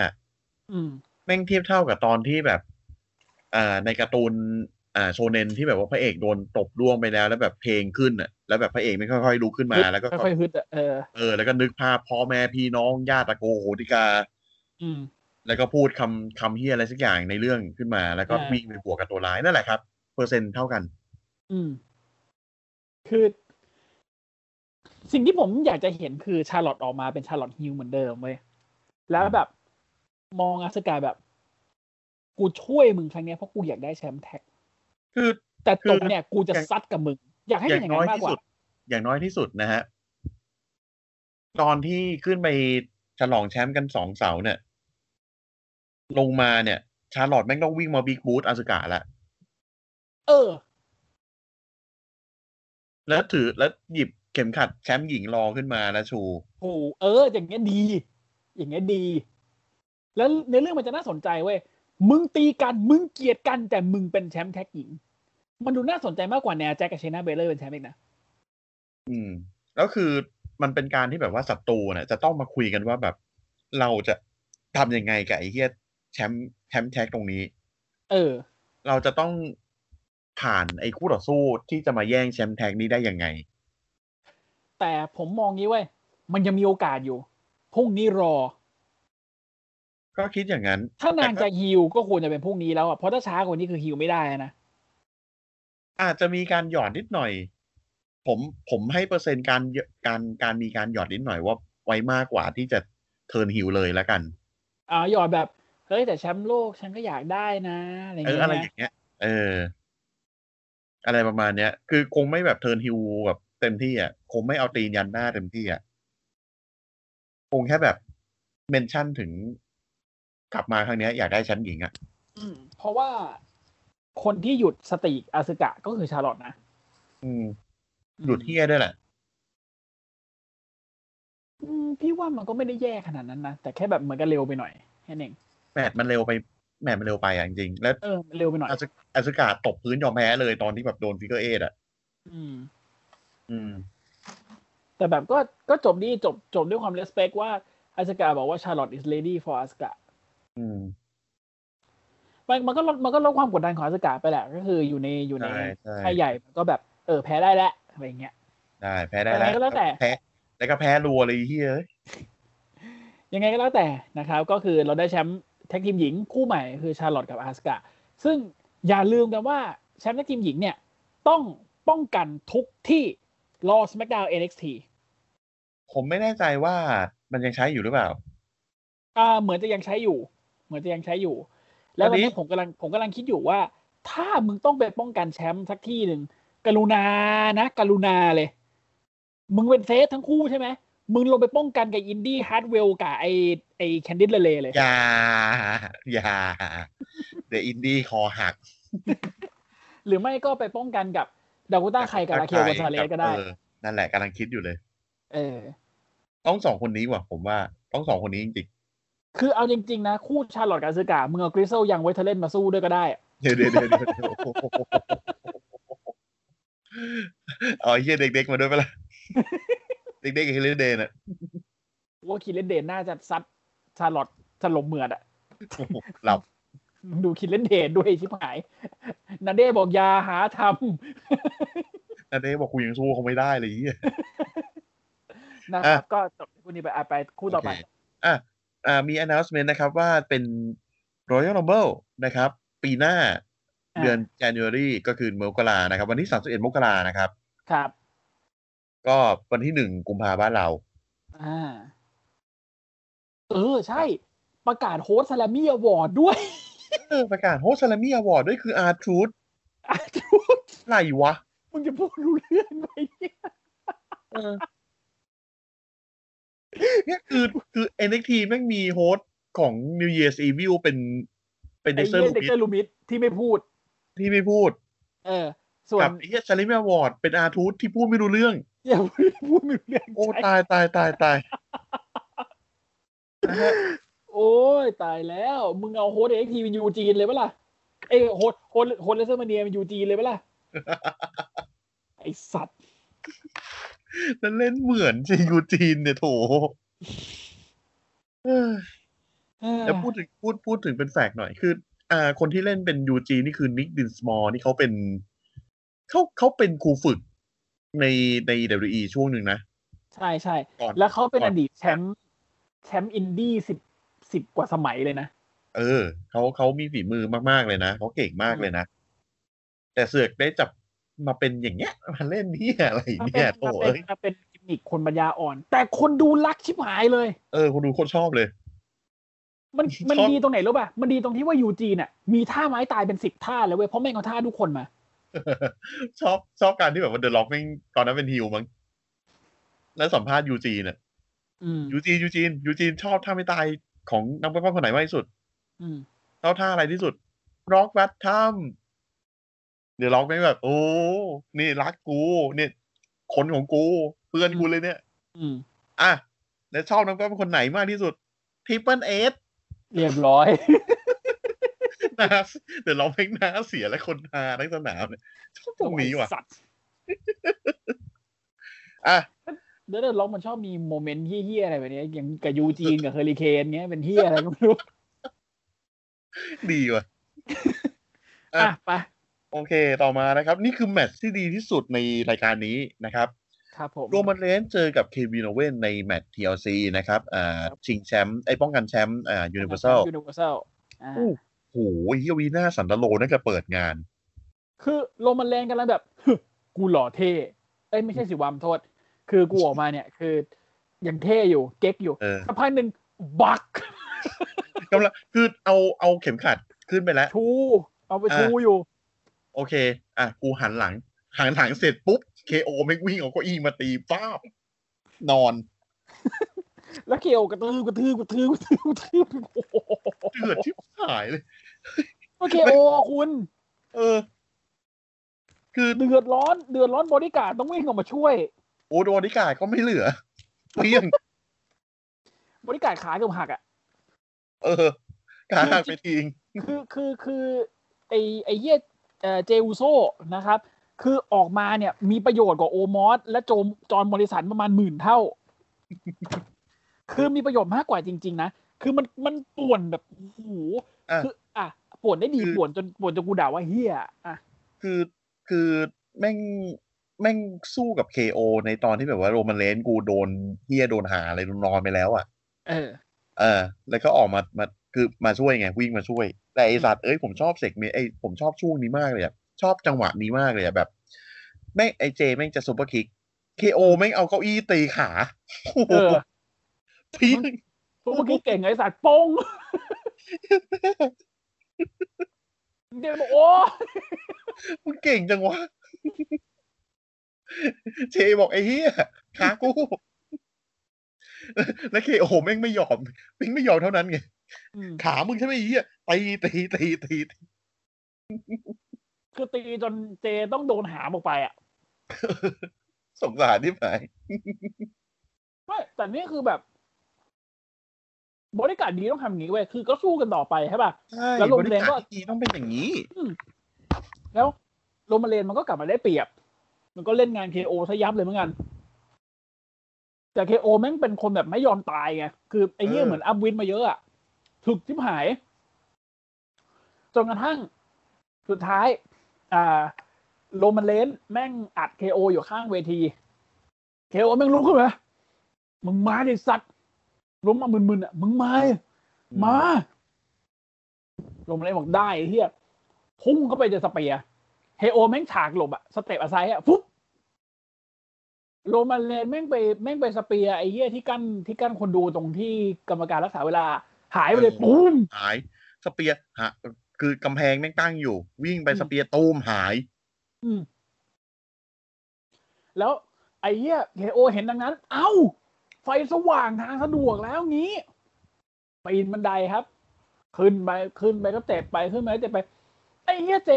อืม แม่งเทียบเท่ากับตอนที่แบบ อ่า ในการ์ตูน อ่า โชเนนที่แบบว่าพระเอกโดนตบร่วงไปแล้ว แล้วแบบเพลงขึ้นอ่ะ แล้วแบบพระเอกไม่ค่อยๆลุกขึ้นมา แล้วก็ ค่อยๆฮึดอะเออ เออ แล้วก็นึกภาพพ่อแม่พี่น้องญาติตระโกโหติกา อืม แล้วก็พูดคำคำเฮียอะไรสักอย่างในเรื่องขึ้นมา แล้วก็ อ่า วิ่งไปบวกกับตัวร้ายนั่นแหละครับ เปอร์เซ็นต์เท่ากัน อืม คือ สิ่งที่ผมอยากจะเห็นคือชาร์ลอตออกมาเป็นชาร์ลอตฮิวเหมือนเดิมเว้ย แล้วแบบ มองอาสกาแบบ กูช่วยมึงครั้งเนี้ยเพราะกูอยากได้แชมป์แท็ก คือ แต่ คื ต อ บเนี่ย กูจะซัดกับมึง อยากให้ อ เป็ ย่าน องน้ย่างนั้ อย นที่มากกว่า สุด อย่างน้อยที่สุดนะฮะ ตอนที่ขึ้นไปฉลองแชมป์กันสองเสาเนี่ย ลงมาเนี่ย ชาร์ลอตแม่งต้องวิ่งมาบิ๊กบูธอาสุกะละ เออ แล้วถือแล้วหยิบเข็มขัดแชมป์หญิงรอขึ้นมาแล้วชู โอ้โหเออ อย่างเงี้ยดี อย่างเงี้ยดี แล้วในเรื่องมันจะน่าสนใจเว้ย มึงตีกัน มึงเกลียดกันแต่มึงเป็นแชมป์แท็กหญิง มันดูน่าสนใจมากกว่าแนวแจ็คกับเชนาเบลเลอร์เป็นแชมป์อีกนะ อืม แล้วคือมันเป็นการที่แบบว่าศัตรูเนี่ยจะต้องมาคุยกันว่าแบบ เราจะทำยังไงกับไอ้เฮียแชมป์แชมป์แท็กตรงนี้ เออ เราจะต้องผ่านไอ้คู่ต่อสู้ที่จะมาแย่งแชมป์แท็กนี้ได้ยังไง แต่ผมมองงี้เว้ย มันยังมีโอกาสอยู่ พรุ่งนี้รอ ก็คิดอย่างนั้น ถ้านาง แต่ก็ จะฮิวก็ควรจะเป็นพรุ่งนี้แล้วอ่ะ เพราะถ้าช้ากว่านี้คือฮิวไม่ได้นะ อาจจะมีการหย่อนนิดหน่อย ผมผมให้เปอร์เซ็นต์การเยอะการการมีการหยอดนิดหน่อยว่าไว้มากกว่าที่จะเทิร์นฮิวเลยแล้วกัน อ่าหยอดแบบ เฮ้ยแต่แชมป์โลกฉันก็อยากได้นะอะไรอย่าง เออ เงี้ อะไร ย อย่างเงี้ย เออ อะไรประมาณเนี้ย คือคงไม่แบบเทิร์นฮิวแบบเต็มที่อ่ะ คงไม่เอาตีนยันหน้าเต็มที่อ่ะ คงแค่แบบเมนชั่นถึงกลับมาครั้งเนี้ยอยากได้แชมป์หญิงอ่ะ อืมเพราะว่าคนที่หยุดสติกอาซึกะก็คือชาร์ลอตนะ อืมหยุดเฮี้ยด้วยแหละ อืมพี่ว่ามันก็ไม่ได้แย่ขนาดนั้นนะ แต่แค่แบบเหมือนกันเร็วไปหน่อยแค่นั้นเอง แมตช์มันเร็วไป แมตช์มันเร็วไปอ่ะจริงๆแล้ว เออมันเร็วไปหน่อย อาซึอาซึกะตกพื้นยอมแพ้เลยตอนที่แบบโดนฟิกเกอร์เอทอ่ะ อืม อืม แต่แบบก็ก็จบดีจบจบด้วยความเลสเปคว่าอาสกาบอกว่าชาร์ลอต is lady for อาสกา อืม มันมันก็ลดมันก็ลดความกดดันของอาสกาไปแหละ ก็คืออยู่ในอยู่ใน ใช่ใช่ ค่ายใหญ่มันก็แบบเออแพ้ได้แล้วอะไรเงี้ย ได้แพ้ได้แล้ว ยังไงก็แล้วแต่ พ้แล้วก็แพ้รัวเลยไอ้เฮียเอ้ย ยังไงก็แล้วแต่นะครับ ก็คือเราได้แชมป์แท็กทีมหญิงคู่ใหม่คือชาร์ลอตกับอาสกาซึ่งอย่าลืมกันว่าแชมป์แท็กทีมหญิงเนี่ยต้องป้องกันทุกที่รอ SmackDown NXT ผมไม่แน่ใจว่ามันยังใช้อยู่หรือเปล่า อ่าเหมือนจะยังใช้อยู่ เหมือนจะยังใช้อยู่ แล้วตอนนี้ผมกำลังผมกำลังคิดอยู่ว่า ถ้ามึงต้องไปป้องกันแชมป์สักที่หนึ่งกรุณานะกรุณาเลย มึงเป็นเซฟทั้งคู่ใช่ไหมมึงลงไปป้องกันกับอินดี้ฮาร์ดเวลกับไอไอแคนดิดเลเลเลย อย่าอย่าเดี๋ยวอินดี้คอหัก หรือไม่ก็ไปป้องกันกับดากูต้าใครกับราเคลกอนซาเลสก็ได้ ออนั่นแหละกำลังคิดอยู่เลย เออ ต้องสองคนนี้ว่ะ ผมว่า ต้องสองคนนี้จริง คือเอาจริง ๆ นะ คู่ชาร์ลอตกับอาซึกามึงเอากริซเซลยังไวทเทเลนมาสู้ด้วยก็ได้ ๆเดี๋ยวเดี๋ยวเดี๋ยวเดี๋ยวโอ้โหเอาไอ้เฮียเด็กๆมาด้วยปะล่ะเด็กๆกับเฮเลนเดนอ่ะ ว่าคิดเล่นเดนน่าจะซัดชาร์ลอตสลบเหมือดอะ โอ้โหหลับ ดูคิดเล่นเดทด้วยชิบหายนาเด้บอกอยาหาท นาเดชบอกกูยังสู้เขาไม่ได้เลยไอ้เหี้ย ำ (laughs) นะครับ อ่ะ ก็จบคู่นี้ไปอ่ะไปคู่ต่อไป โเคอ่ะอ่ามี announcement นะครับว่าเป็น Royal Rumble นะครับ ปีหน้า อ่า เดือน January ก็คือมกรานะครับ วันที่ 31 มกรานะครับ ครับ ก็วันที่ 1 กุมภาบ้านเรา อ่า เออ ใช่ ประกาศโฮสต์ซาลามี่อวอร์ดด้วย (laughs) เออ ประกาศโฮสซาลามีอวอร์ดด้วยคืออาร์ทูด อ่ะ ไรวะ มึงจะพูดรู้เรื่องไหมเนี่ย เออเนี่ยคือคือ NXT แม่งมีโฮสของ New Year's Evil เป็นเป็นเด ไอ้ ซเซอ เหี้ ร์ ยเด็กเตอร์ลูมิดที่ไม่พูด ที่ไม่พูด เออ ส่วน กับไอ้เฮียซาลามีอวอร์ดเป็นอาร์ทูดที่พูดไม่รู้เรื่อง อย่าพูดไม่รู้เรื่อง โอ้ ใช่ ตายตายตายตายนะฮะ โอ้ยตายแล้ว มึงเอาโฮสเอ็กทีเป็นยูจีนเลยปะล่ะเอยโฮสโฮสโฮสเลเซอร์มาเนียเป็นยูจีน (laughs) เลยปะล่ะไอสัตว์ แล้วเล่นเหมือนจียูจีนเนี่ยโถเออแล้วพูดถึงพูดพูดถึงเป็นแฟกต์หน่อย คือ อ่า คนที่เล่นเป็นยูจีนี่คือนิกดินสมอร์นี่เขาเป็นเขาเขาเป็นครูฝึกในใน WWE ช่วงหนึ่งนะ ใช่ใช่ ก่อน แล้วเขาเป็นอดีตแชมป์แชมป์อินดี้สิบสิบกว่าสมัยเลยนะ เออเขาเขามีฝีมือมาก ๆ เลยนะเขาเก่งมากเลยนะ แต่เสือกได้จับมาเป็นอย่างเงี้ยมาเล่นนี่อะไร มันเป็ (laughs) เนี่ น ยโถ มันเป็น เอ้ย มันเป็นกิมมิคคนปัญญาอ่อน แต่คนดูรักชิบหายเลย เออคนดูโคตรชอบเลย (laughs) มันมัน ชอบ ดีตรงไหนรู้ป่ะ มันดีตรงที่ว่ายูจีน่ะมีท่าไม้ตายเป็นสิบท่าเลยเว้ยเพราะแม่งเอาท่าทุกคนมา ชอบชอบการที่แบบว่าเดอะล็อกแม่งตอนนั้นเป็นฮิวมั้งแล้วสัมภาษณ์ยูจีนอ่ะ อืม ยูจีนยูจีนยูจีนชอบท่าไม่ตายของนักปั้นคนไหนมากที่สุด อืม ชอบท่าอะไรที่สุดร็อกแบททัมเดอะล็อกแม่งแบบ โอ้นี่รักกูเนี่ยคนของกู เพื่อนกูเลยเนี่ย อืม อ่ะแล้วชอบนักปั้นคนไหนมากที่สุดทริปเปิลเอส เรียบร้อย นะเดอะล็อกแม่งหน้าเสียและคนฮาทั้งสนามเนี่ยช (laughs) อบตรงนี้ว่ะ ไอ้สัตว์ อ่ะ เดอะล็อกมันชอบมีโมเมนต์เฮี้ยๆอะไรแบบเนี้ยอย่างกับยูจีนกับเฮอริเคนเงี้ยเป็นเฮี้ยอะไรก็ (laughs) ไม่รู้ ดีว่ะ อ่ะไป โอเค ต่อมานะครับ นี่คือแมตช์ที่ดีที่สุดในรายการนี้นะครับ ครับผม โรมันเรนเจอกับเควินโอเวนในแมตช์ TLC นะครับอ่าชิงแชมป์ไอ้ป้องกันแชมป์อ่ายูนิเวอร์แซล ยูนิเวอร์แซลอ่า โอ้โหเฮียวีน่าสันตโลน่าจะเปิดงาน คือโรมันแรงกันแล้วแบบ กูหล่อเท่ เอ้ยไม่ใช่สิวัมโทษ คือกูออกมาเนี่ย คือยังเท่อยู่เก๊กอยู่ เออ สักพักหนึ่งบัก กำลังคือเอาเอาเข็มขัดขึ้นไปแล้ว ชู เอาไปชูอยู่ โอเค อ่ะ กูหันหลัง หันหลังเสร็จปุ๊บ เคโอไม่งวิ่งเอาเก้าอี้มาตีป้าบนอน แล้วเกี่ยวกระตือกระตือกระตือกระตือกระตือโอ้โห เดือดชิบหายเลย โอเคโอคุณ เออ คือ เดือดร้อนเดือดร้อนบริการดต้องวิ่งออกมาช่วย โอ้โดนิกาก็ไม่เหลือเพี้ยง บริการดขาเกือบหักอ่ะ เออ การหักไปทิ้ง คือคือคือไอไอเหี้ยเอ่อเจอูโซนะครับ คือออกมาเนี่ยมีประโยชน์กว่าโอมอสและโจมจอห์นมอริสันประมาณหมื่นเท่า (laughs) คือมีประโยชน์มากกว่าจริง ๆ นะ คือมันมันป่วนแบบโอ้โห อ่ะ คือ อ่ะป่วนได้ดี คือ ป่วนจนป่วนจนกูด่าว่าเฮียอ่ะ คือคือแม่งแม่งสู้กับ KO ในตอนที่แบบว่าโรมันเลนส์กูโดนเฮียโดนหาอะไรโดนนอนไปแล้วอ่ะ เออ เออ แล้วก็ออกมามาคือมาช่วยไงวิ่งมาช่วย แต่ไอสัตว์เอ้ยผมชอบเสกเมไอผมชอบช่วงนี้มากเลยอะชอบจังหวะนี้มากเลยอะแบบแม่งไอเจแม่งจะซุปเปอร์คิก KO แม่งเอาเก้าอี้ตีขาโอ้โห เออ พี่ พวกเมื่อกี้เก่งไอสัตว์โป้ (laughs) งเดี๋ยวบอกโอ้ มึงเก่งจังวะ เจบอกไอ้เฮียขากู แล้ว KO แม่งไม่ยอมแม่งไม่ยอมเท่านั้นไง อืม ขามึงใช่ไหมไอ้เฮียตีตีตีตีตี คือตีจนเจต้องโดนหามออกไปอ่ะ สงสารที่ไหน ไม่แต่นี่คือแบบ บริการดดีต้องทำอย่างนี้เว้ยคือก็สู้กันต่อไปใช่ป่ะ ใช่ แล้วโรงเรียนก็ บาที่ดีต้องเป็นอย่างนี้ แล้วโรมาเลนมันก็กลับมาได้เปรียบ มันก็เล่นงานเคโอซะยับเลยเหมือนกัน แต่เคโอแม่งเป็นคนแบบไม่ยอมตายไง คือไอ้เนี้ย เออ เหมือนอัพวินมาเยอะอะถึกทิบหาย จนกระทั่ง สุดท้าย อ่าโรมาเลนแม่งอัดเคโออยู่ข้างเวทีเคโอแม่งลุกขึ้นมามึงมาดิสัตว์ล้มมามึนๆอ่ะ มึงมาดิ มาลงมาเล่นบอกได้ไอ้เฮียพุ่งเข้าไปเจอสเปียร์เฮโอแม่งฉากหลบอะสเตปอะไซอะฟุ๊บโรมันเลนแม่งไปแม่งไปสเปียร์ไอ้เหี้ยที่กั้นที่กั้นคนดูตรงที่กรรมการรักษาเวลา หายไปเลย เออ ปุ้ม หาย สเปียร์หาคือกำแพงแม่งตั้งอยู่ วิ่งไป อืม สเปียร์ตูมหาย อืมแล้วไอ้เหี้ยเฮโอเห็นดังนั้น เอ้า ไฟสว่างทางสะดวกแล้วงี้ปีนบันไดครับ ขึ้นไปขึ้นไปก็เตะไปขึ้นไปก็เตะไป ไอ้เหี้ยเจ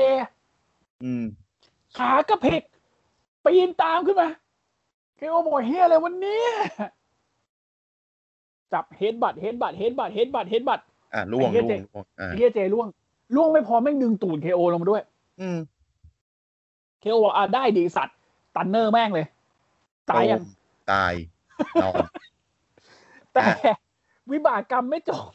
อืม ขากระเพกปีนตามขึ้นมาเคโอบอกเฮียอะไรวันนี้ จับเฮดบัตเฮดบัตเฮดบัตเฮดบัตเฮดบัต อ่ะล่วง ไอ้เหี้ ล่วย งล่วงอ่า เฮียเจล่วง ล่วงไม่พอแม่งดึงตูดเคโอลงมาด้วย อืม เคโอบอกอ่ะได้ดีสัตว์ ตันเนอร์แม่งเลย ตายยัง ตูมตายนอน แต่ วิบากกรรมไม่จบ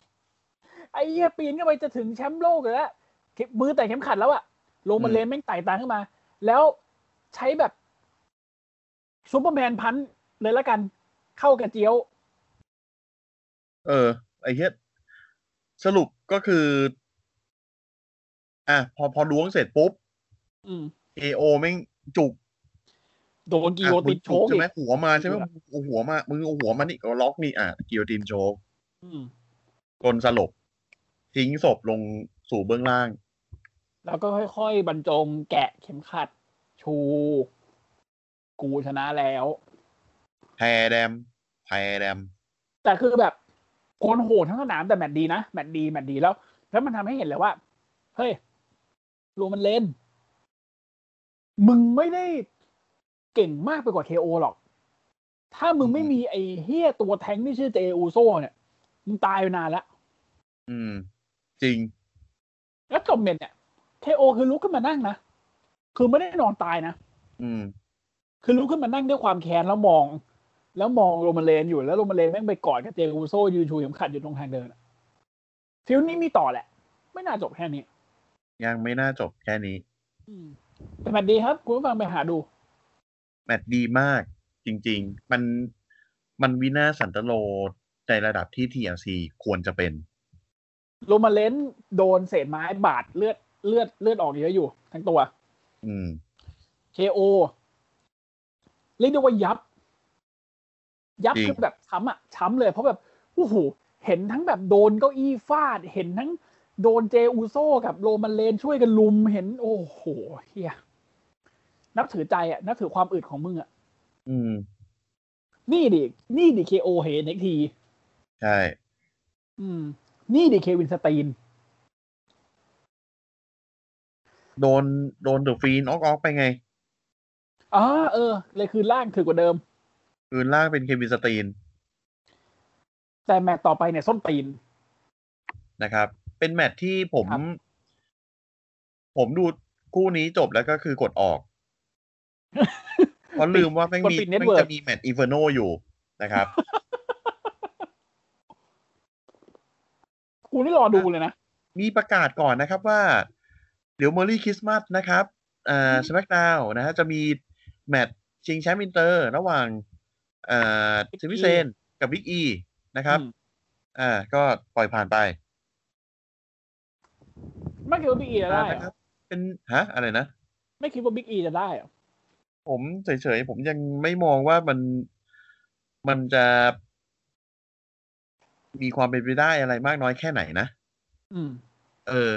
ไอ้เฮียปีนขึ้นไปจะถึงแชมป์โลกอยู่แล้วเข็มมือแต่เข็มขัดแล้วอะลงมา อืม เลนแม่งไต่ตามขึ้นมา แล้วใช้แบบซูเปอร์แมนพันธุ์เลยละกัน เข้ากระเจียว เออ ไอ้เหี้ยสรุปก็คือ อ่ะ พอพอล้วงเสร็จปุ๊บ อืม AO แม่งจุก โดนกิ อ่ะ โย มึ ติ ง นโช จุก ก ใช่ อี ไหม ก หัวมาใช่ไหม เออ มึงเอาหัวมามึงเอาหัวมานี่ก็ล็อกนี่อ่ะกิโยตินโชก อืม กลสลบ ทิ้งศพลงสู่เบื้องล่าง แล้วก็ค่อยๆ บรรจงแกะเข็มขัด ชู กูชนะแล้ว แพรแดมแพรแดม แต่คือแบบคนโหดทั้งสนามแต่แมตช์ดีนะ แมตช์ดี แมตช์ดีแล้ว แล้วมันทำให้เห็นเลยว่า เฮ้ยรูมันเล่น มึงไม่ได้เก่งมากไปกว่าเคโอหรอก ถ้ามึงไม่มีไอ้เฮี้ยตัวแทงค์ที่ชื่อเจอูโซเนี่ย มึงตายไปนานแล้ว อืม จริง แล้วจบเมนเนี่ยเคโอคือลุกขึ้นมานั่งนะ คือไม่ได้นอนตายนะ อืม คือลุกขึ้นมานั่งด้วยความแค้นแล้วมอง แล้วมองโรมาเลนอยู่แล้วโรมาเลนแม่งไปกอดกับเจกูโซยืนชูเข็มขัดอยู่ตรงทางเดินอะฟิลนี้มีต่อแหละ ไม่น่าจบแค่นี้ ยังไม่น่าจบแค่นี้ แต่มันดีครับ คุณผู้ฟังไปหาดู แมตช์ดีมาก จริง ๆ มันมันวินาศสันตโลในระดับที่ TLC ควรจะเป็น โรมาเลนโดนเศษไม้บาดเลือดเลือดเลือดออกเยอะอยู่ ทั้งตัว อืม เคโอ เรียกได้ว่ายับ ยับ จริง คือแบบช้ำอะช้ำเลย เพราะแบบโอ้โหเห็นทั้งแบบโดนเก้าอี้ฟาด เห็นทั้งโดนเจอูโซกับโรมันเลนช่วยกันลุมเห็น โอ้โหเฮียนับถือใจอะนับถือความอึดของมึงอะ อืม นี่ดินี่ดิเคโอเฮนเอ็กที ใช่ อืม นี่ดิเควินสตีน โดนโดนเดอะฟีนออกออกไปไง อ๋อเออ เลยคืนล่างถือกว่าเดิม คืนล่างเป็นเควินสตีน แต่แมตตช์ต่อไปเนี่ยส้นตีน นะครับ เป็นแมตช์ที่ผม ครับ ผมดูคู่นี้จบแล้วก็คือกดอ (laughs) อกเพราะลืมว่าแม่ง กด มี ปิด แม่ง network จะมีแมตช์อีเฟอร์โนอยู่นะครับ กูนี่รอดูเลยนะ มีประกาศก่อนนะครับว่า เดี๋ยวเมอรี่คริสต์มาสนะครับอ่าสมักดาวนะฮะจะมีแมตช์ชิงแชมป์อินเตอร์ระหว่างอ่า Big ซิ E มิเซนกับบิ๊กอีนะครับ อืม อ่า ก็ปล่อยผ่านไป ไม่คิดว่าบิ๊กอีจะได้เหร นะค อ รับ เป็นฮะ อะไรนะ ไม่คิดว่าบิ๊กอีจะได้เหรอ ผมเฉยๆ ผมยังไม่มองว่ามันมันจะ มีความเป็นไปได้อะไรมากน้อยแค่ไหนนะ อืม เออ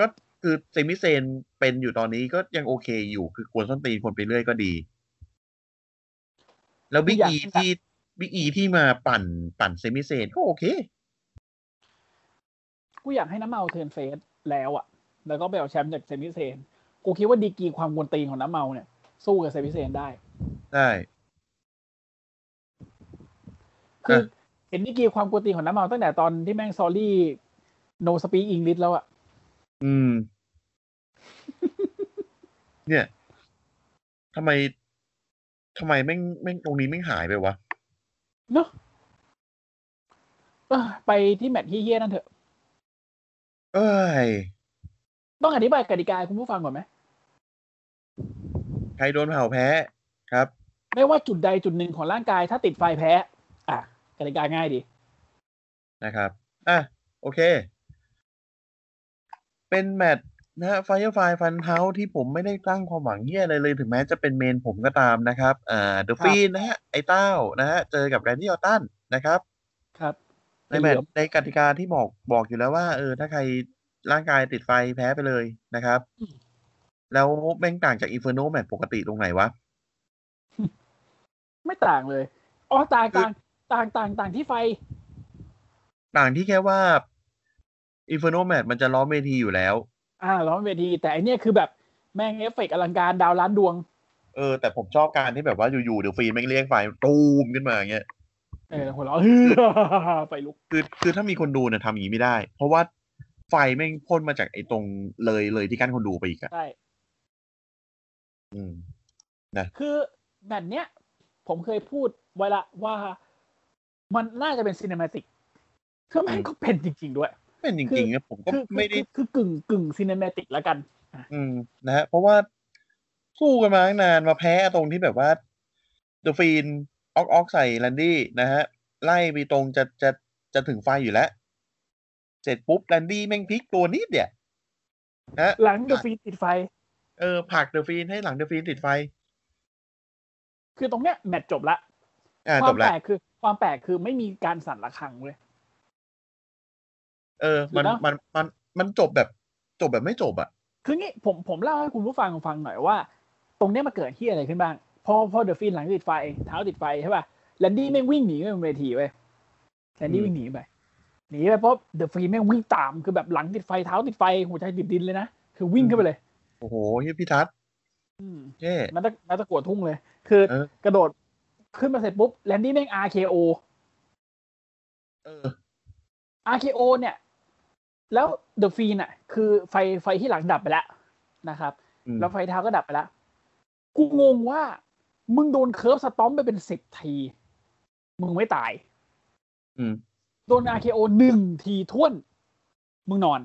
ก็คือเซมิเซนเป็นอยู่ตอนนี้ก็ยังโอเคอยู่ คือกวนส้นตีนคนไปเรื่อยก็ดี แล้วบิ๊ก อยาก อี ให้แบบ ที่บิ๊กอีที่มาปั่นปั่นเซมิเซนก็โอเค กูอยากให้น้ำเมาเทิร์นเฟสแล้วอะแล้วก็ไปเอาแชมป์จากเซมิเซน กูคิดว่าดีกรีความกวนตีนของน้ำเมาเนี่ย สู้กับเซมิเซนได้ ได้ คือ เออ เห็นดีกรีความกวนตีนของน้ำเมาตั้งแต่ตอนที่แม่งซอรี่โนสปีอิงลิสแล้วอะ อืม (laughs) เนี่ยทำไมทำไมแม่งแม่งตรงนี้แม่งหายไปวะ เนอะเอ้อไปที่แมตช์เฮี้ยๆนั่นเถอะ เอ้ย ต้องอธิบายกติกาให้คุณผู้ฟังก่อนไหม ใครโดนเผาแพ้ครับ ไม่ว่าจุดใดจุดหนึ่งของร่างกายถ้าติดไฟแพ้ อ่ะกติกาง่ายดี นะครับ อ่ะ โอเค เป็นแมตช์นะฮะไฟเอฟายฟันเท้าที่ผมไม่ได้ตั้งความหวังเยี่ยอะไรเลย ถึงแม้จะเป็นเมนผมก็ตามนะครับ อ่า เดอะ ครับ ฟีนนะฮะ ไอ้เต้านะฮะ เจอกับแรนดี้ออตตันนะครับ ครับ ในแมตช์ในกติกาที่บอกบอกอยู่แล้วว่า เออ ถ้าใครร่างกายติดไฟแพ้ไปเลยนะครับ อืม แล้วแม่งต่างจากอินเฟอร์โนแมตช์ปกติตรงไหนวะ ไม่ต่างเลย อ๋อต่างต่างต่างต่างต่างที่ไฟ ต่างที่แค่ว่าอินเฟอร์โนแมตช์มันจะล้อมเวทีอยู่แล้ว อ่าร้อนเวที แต่อันเนี้ยคือแบบแม่งเอฟเฟกต์อลังการดาวล้านดวง เออแต่ผมชอบการที่แบบว่าอยู่ๆเดี๋ยวฟีนแม่งเรียกไฟตูมขึ้นมาอย่างเงี้ย เออหัวเราะ (laughs) ฮือไฟลุก คือคือถ้ามีคนดูเนี่ยทำอย่างนี้ไม่ได้ เพราะว่าไฟแม่งพ่นมาจากไอ้ตรงเลยเลยที่กั้นคนดูไปอีกอะ ใช่ อืม คือแมตช์เนี้ย ผมเคยพูดไว้ละว่ามันน่าจะเป็นซีน e มาติกคือแม่งก็เป็นจริง ๆ ด้วย เป็นจริงๆนะผมก็ คือคือ ไม่ได้ คือคือกึ่งกึ่งซีน e มาติกละกัน อืมนะฮะเพราะว่าสู้กันมาตั้งนานมาแพ้ตรงที่แบบว่าเดอะฟีนออกออกใส่แลนดี้นะฮะ ไล่ไปตรงจะจะจะถึงไฟอยู่แล้ว เสร็จปุ๊บแลนดี้แม่งพลิกตัวนิดเดียวนะฮะ หลังเดอะฟีติดไฟ เออผลักเดอะฟีนให้หลังเดอะฟีนติดไฟ คือตรงเนี้ยแมตช์จบละ อ่า ค จ วาม บ แป แล้ว ลกคือความแปลกคือไม่มีการสั่นระฆังเลย เออ มัน เนอะ มัน มัน มันจบแบบ จบแบบไม่จบอ่ะ คืองี้ผมผมเล่าให้คุณผู้ฟังฟังหน่อยว่า ตรงเนี้ยมาเกิดที่อะไรขึ้นบ้าง พอพอเดอะฟินหลังติดไฟเท้าติดไฟใช่ป่ะแลนดี้แม่งวิ่งหนีไปบนเวทีเว้ยแลนดี้ อืม วิ่งหนีไปหนีไปเพราะเดอะฟินแม่งวิ่งตามคือแบบหลังติดไฟเท้าติดไฟหัวใจติดดินเลยนะคือวิ่งเข้าไปเลย โอ้โหเฮียพี่ทัศน์ อืม เท่ นัดตะนัดตะกัวทุ่งเลย คือ เออ กระโดดขึ้นมาเสร็จปุ๊บแลนดี้แม่ง RKO เออ RKO เนี่ย แล้วเดอะฟีนอ่ะ คือไฟไฟที่หลังดับไปแล้วนะครับ อืม แล้วไฟเท้าก็ดับไปแล้ว กูงงว่า มึงโดนเคิร์ฟสตอมไปเป็นสิบที มึงไม่ตาย อืม โดน RKO หนึ่งทีท่วน มึงนอน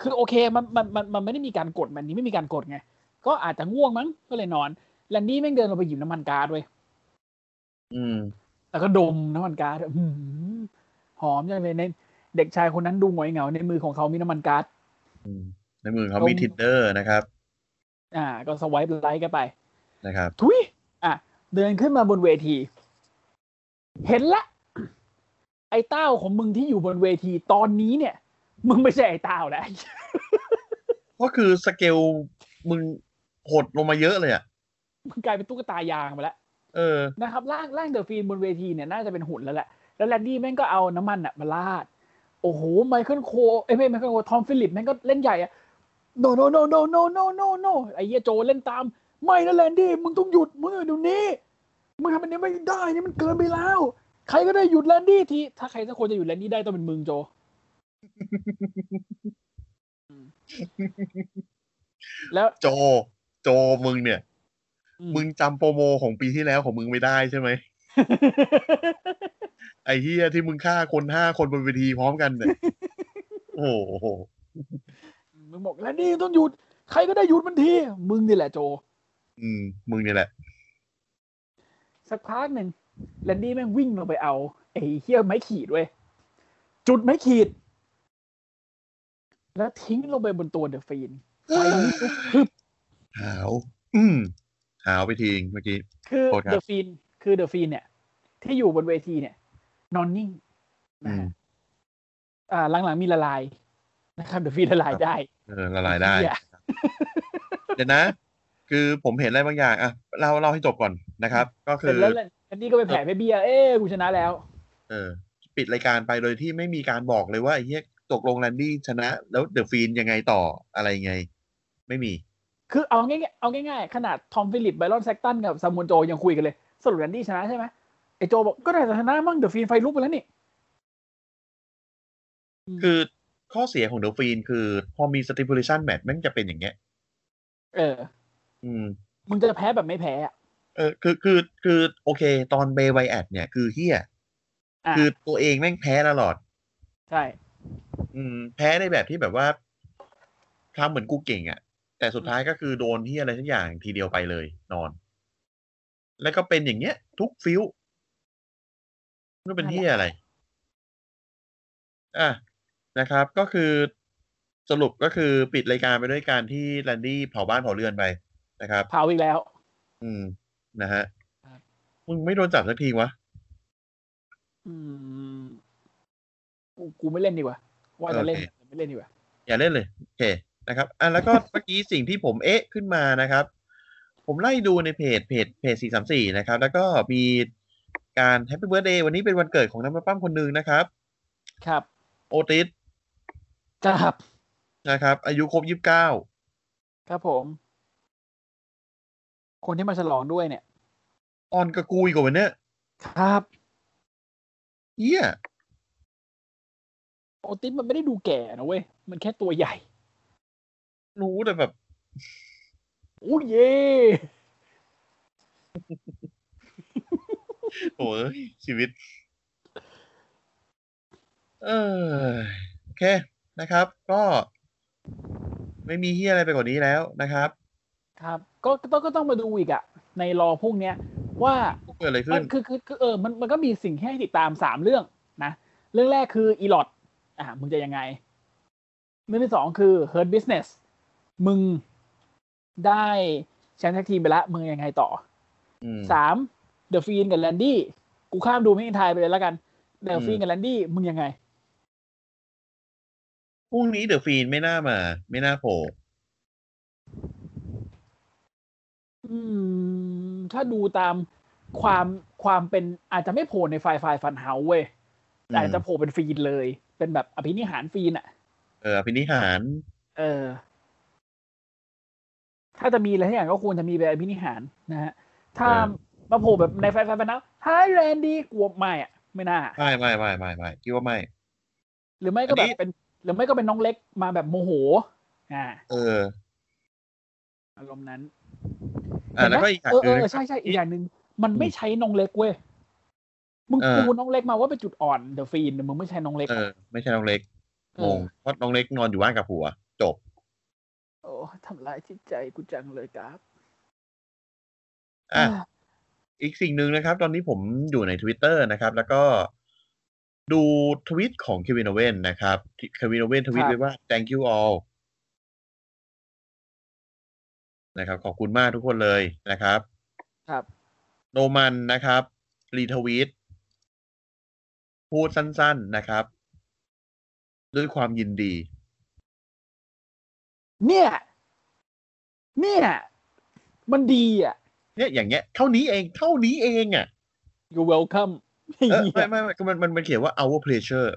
คือโอเคมันมันมันมันไม่ได้มีการกดมันนี้ไม่มีการกดไง ก็อาจจะง่วงมั้งก็เลยนอน แลนดี้แม่งเดินลงไปหยิบน้ำมันก๊าซเว้ย อืม แล้วก็ดมน้ำมันก๊าซอื้อหือหอมจังเลยในเด็กชายคนนั้นดูหงอยเหงาในมือของเขามีน้ำมันก๊าซ อืม ในมือเขา ตรง มีทินเดอร์นะครับ อ่า ก็สวายไลค์กันไป นะครับ ทุยอ่ะ เดินขึ้นมาบนเวที เห็นละ ไอ้เต้าของมึงที่อยู่บนเวทีตอนนี้เนี่ย มึงไม่ใช่ไอ้เต้าแล้ว (laughs) ก็คือสเกลมึงหดลงมาเยอะเลยอ่ะ มึงกลายเป็นตุ๊กตายางไปแล้ว เออ นะครับร่างร่างเดอะฟีนบนเวทีเนี่ยน่าจะเป็นหุ่นแล้วแหละ แล้วแรนดี้แม่งก็เอาน้ำมันอะมาราด โอ้โห ไมเคิลโคเอ้ยไม่ไมเคิลโคทอมฟิลิปแม่งก็เล่นใหญ่อะ no no no no no no no no ไอ้เหี้ยโจเล่นตาม ไม่นะแรนดี้มึงต้องหยุดมึงเดี๋ยวนี้ มึงทำแบบนี้ไม่ได้นี่มันเกินไปแล้ว ใครก็ได้หยุดแรนดี้ที ถ้าใครสักคนจะหยุดแรนดี้ได้ต้องเป็นมึงโจ แล้ว โจ โจมึงเนี่ย อืม มึงจำโปรโมของปีที่แล้วของมึงไม่ได้ใช่ไหม ไอ้เฮียที่มึงฆ่าคนห้าคนบนเวทีพร้อมกันเนี่ย (laughs) โอ้โห มึงบอกแรนดี้ต้องหยุด ใครก็ได้หยุดมันที มึงนี่แหละโจ อืม มึงเนี่ยแหละ สักพักหนึ่งแลนดี้แม่งวิ่งลงไปเอาไอ้เขี้ยวไม้ขีดเว้ยจุดไม้ขีด แล้วทิ้งลงไปบนตัวเดอะฟีนไฟลุกคือ หาว อืม หาวไปทีเมื่อกี้ คือ โทษครับ เดอะฟีนคือเดอะฟีนเนี่ย ที่อยู่บนเวทีเนี่ย นอนนิ่งนะ อื ฮะ ม อ่าหลังๆมีละลายนะครับเดอะฟีนละลายได้ เออละลายได้ เหี้ย เดี๋ยวนะ คือผมเห็นอะไรบางอย่าง อ่ะ เราเล่าให้จบก่อนนะครับ ก็ เส คื ร็จ อ แล้วแลนดี้ก็ไปแผ่ไปเบียร์เอ้ยกูชนะแล้ว เออ ปิดรายการไปโดยที่ไม่มีการบอกเลยว่าไอ้เฮียตกลงแลนดี้ชนะ แล้วเดอะฟีนยังไงต่ออะไรไง ไม่มี คือเอาง่ายๆเอาง่ายๆ ขนาดทอมฟิลิปไบรอนแซกตันกับซามูนโจยังคุยกันเลย สรุปแรนดี้ชนะใช่ไหมไอโจบอกก็ได้ชนะมั่งเดอะฟีนไฟลุกไปแล้วนี่ คือข้อเสียของเดอะฟีนคือ พอมี stipulation match แม่งจะเป็นอย่างเงี้ย เออ อืม มึงจะแพ้แบบไม่แพ้อะ เออคือคือคือโอเค ตอนเบย์ไวแอดเนี่ยคือเฮีย อ่ะ คือตัวเองแม่งแพ้ตลอด ใช่ อืม แพ้ในแบบที่แบบว่าทำเหมือนกูเก่งอะ่ะ แต่สุดท้ายก็คือโดนที่อะไรสักอย่างทีเดียวไปเลยนอน แล้วก็เป็นอย่างเงี้ย ทุกฟิวมันเป็นที่อะไร อ่ะนะครับ ก็คือสรุปก็คือปิดรายการไปด้วยการที่แลนดี้เผาบ้านเผาเรือนไปนะครับ เผาอีกแล้ว อืม นะฮะ ครับ มึงไม่โดนจับสักทีวะ อืมกูกูไม่เล่นดีกว่า ว่าจะเล่น โอเค ไม่เล่นดีกว่า อย่าเล่นเลยโอเคนะครับอ่ะแล้วก็ (laughs) เมื่อกี้สิ่งที่ผมเอ๊ะขึ้นมานะครับ ผมไล่ดูในเพจเพจเพจสี่สามสี่นะครับ แล้วก็มีการแฮปปี้เบิร์ดเดย์วันนี้เป็นวันเกิดของน้ำมันปั้มคนหนึ่งนะครับ ครับ โอติส ครับ นะครับ อายุครบยี่สิบเก้า ครับผม คนที่มาฉลองด้วยเนี่ย ออนกับกูอีกว่าเนี่ย ครับ เฮีย โอติสมันไม่ได้ดูแก่นะเว้ย มันแค่ตัวใหญ่ รู้แต่แบบ โอ้เย่ โอ้ยชีวิต เออโอเคนะครับ ก็ ไม่มีเฮียอะไรไปกว่านี้แล้วนะครับ ครับ ก็ก็ต้องก็ต้องมาดูอีกอะในรอพวกเนี้ย ว่า เกิดอะไร มั ขึ้น นคือคือคือเออมันมันก็มีสิ่งให้ติดตามสามเรื่องนะ เรื่องแรกคืออีลอดอ่ะมึงจะยังไง เรื่องที่สองคือ Hurt Business มึงได้แชมป์แท็กทีมไปละมึงยังไงต่อ อืม สาม The f i e n d กับ Landy กูข้ามดูไม่ทันทายไปเลยแล้วกัน The อืม f i e n d กับ Landy มึงยังไง พรุ่งนี้เดอะฟีนไม่น่ามา ไม่น่าโผล่ อืม ถ้าดูตามความความเป็นอาจจะไม่โผล่ในไฟไฟฟันเฮาเว้ยแต่อาจจะโผล่เป็นฟีนเลย เป็นแบบอภินิหารฟีนอะ เอออภินิหาร เออ ถ้าจะมีอะไรทุกอย่างก็ควรจะมีแบบพินิหารนะฮะ ถ้า เออ มาโผล่แบบในไฟไฟไปนะไฮแลนดี้กลัวไม่อะไม่น่า ไม่ไม่ไม่ไม่ไม่คิดว่าไม่ หรือไม่ก็แบ อันนี้ บเป็น หรือไม่ก็เป็นน้องเล็กมาแบบโมโห อ่า เออ อารมณ์นั้น อ่ะ เห็นไหม แล้วก็อีกอย่าง เออ ห เอ นึ่ง อใช่ใช่อีกอย่างหนึ่งมันไม่ใช้น้องเล็กเว้ยมึง เออ ปูน้องเล็กมาว่าเป็นจุดอ่อนเดอะฟีนมึงไม่ใช้น้องเล็ก เออ ไม่ใช่น้องเล็ก เอง อง เพราะน้องเล็กนอนอยู่บ้านกับผัว จบ โอ้ทำร้ายจิตใจกูจังเลยครับ อ่ะ อีกสิ่งหนึ่งนะครับ ตอนนี้ผมอยู่ใน Twitter นะครับ แล้วก็ดูทวิตของเควินโอเวนนะครับเควินโอเวนทวิตไว้ว่า thank you all นะครับ ขอบคุณมากทุกคนเลยนะครับ ครับ โนมันนะครับ รีทวีตพูดสั้น ๆนะครับ ด้วยความยินดี เนี่ย เนี่ย มันดีอ่ะ เนี่ยอย่างเงี้ยเท่านี้เองเท่านี้เองอ่ะ you welcome (laughs) (laughs) เออไม่ไม่ไม่คือมันมันมันเขียนว่า our pleasure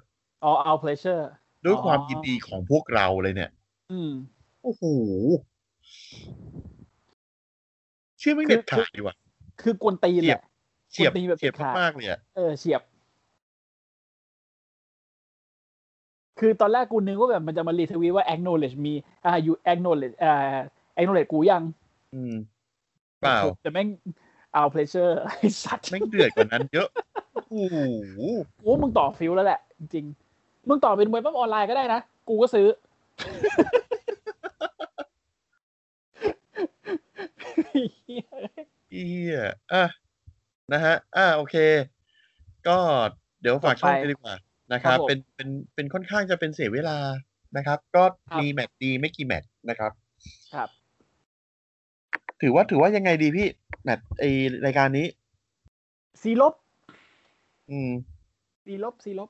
อ๋อ our pleasure ด้วยความยินดีของพวกเราเลยเนี่ย อืม โอ้โหเชื่อไม่เด็ดขาดดีว่ะ คือกวนตีนแหละ เฉียบ คนตีแบบ เฉียบ เด็ดขาด มากๆเลยอะ เออเฉียบ คือตอนแรกกูนึกว่าแบบมันจะมารีทวีตว่า acknowledge me อ่า you acknowledge อ่า acknowledge กูยัง อืม เป (laughs) ล่า แต่แม่ง our pleasure (laughs) ไอ้สัตว์ ไม่งเดือดกว่านั้นเยอะ โอ้โห กูว่ามึงต่อฟิลแล้วแหละ จริงๆมึงต่อเป็นมวยปั้มออนไลน์ก็ได้นะ กูก็ (laughs) ซื้อ เอียอ่ะนะฮะ อ่ะโอเค ก็เดี๋ยวฝากช่อง ต่อไป กันดีกว่านะครับ ครับผม เป็นเป็นเป็นค่อนข้างจะเป็นเสียเวลานะครับ ก็ ครับ มีแมตช์ดีไม่กี่แมตช์นะครับ ครับ ถือว่าถือว่ายังไงดีพี่แมตช์ไอรายการนี้ สีลบ อืม สีลบสีลบ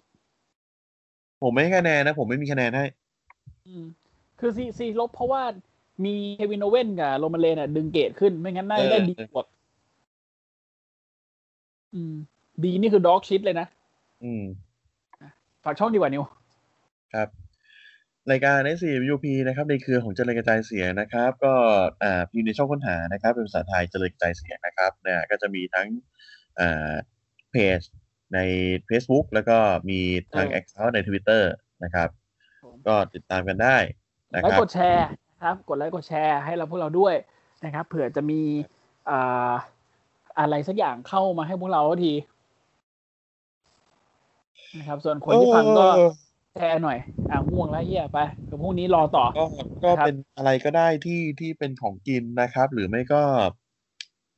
ผมไม่ให้คะแนนนะ ผมไม่มีคะแนนให้ อืมคือซีซีลบเพราะว่ามีเควินโอเว่นกับโรมาเลนอ่ะ ดึงเกตขึ้นไม่งั้นน่าจะได้ เออ ดีกว่าอืม ดีนี่คือด็อกชิดเลยนะ อืม ฝากช่องดีกว่านิว ครับรายการ s c u p นะครับในเครือของเจริญกระจายเสียงนะครับ ก็อ่าพิมพ์ในช่องค้นหานะครับ เป็นภาษาไทยเจริญกระจายเสียงนะครับเนี่ยก็จะมีทั้งอ่าเพจใน Facebook แล้วก็มีทาง เอ แอ อ คเคาท์ใน Twitter นะครับ ก็ติดตามกันได้นะ ไล ครั ค์ บ กดแชร์นะครับ กดไลค์กดแชร์ให้เราพวกเราด้วยนะครับ เผื่อจะมีอ่าอะไรสักอย่างเข้ามาให้พวกเราที นะครับ ส่วนคนที่ฟังก็แชร์หน่อย อ่าง่วงแล้วเฮียไปเดี๋ยวพรุ่งนี้รอต่อ ก็ก็ ครับ เป็นอะไรก็ได้ที่ที่เป็นของกินนะครับ หรือไม่ก็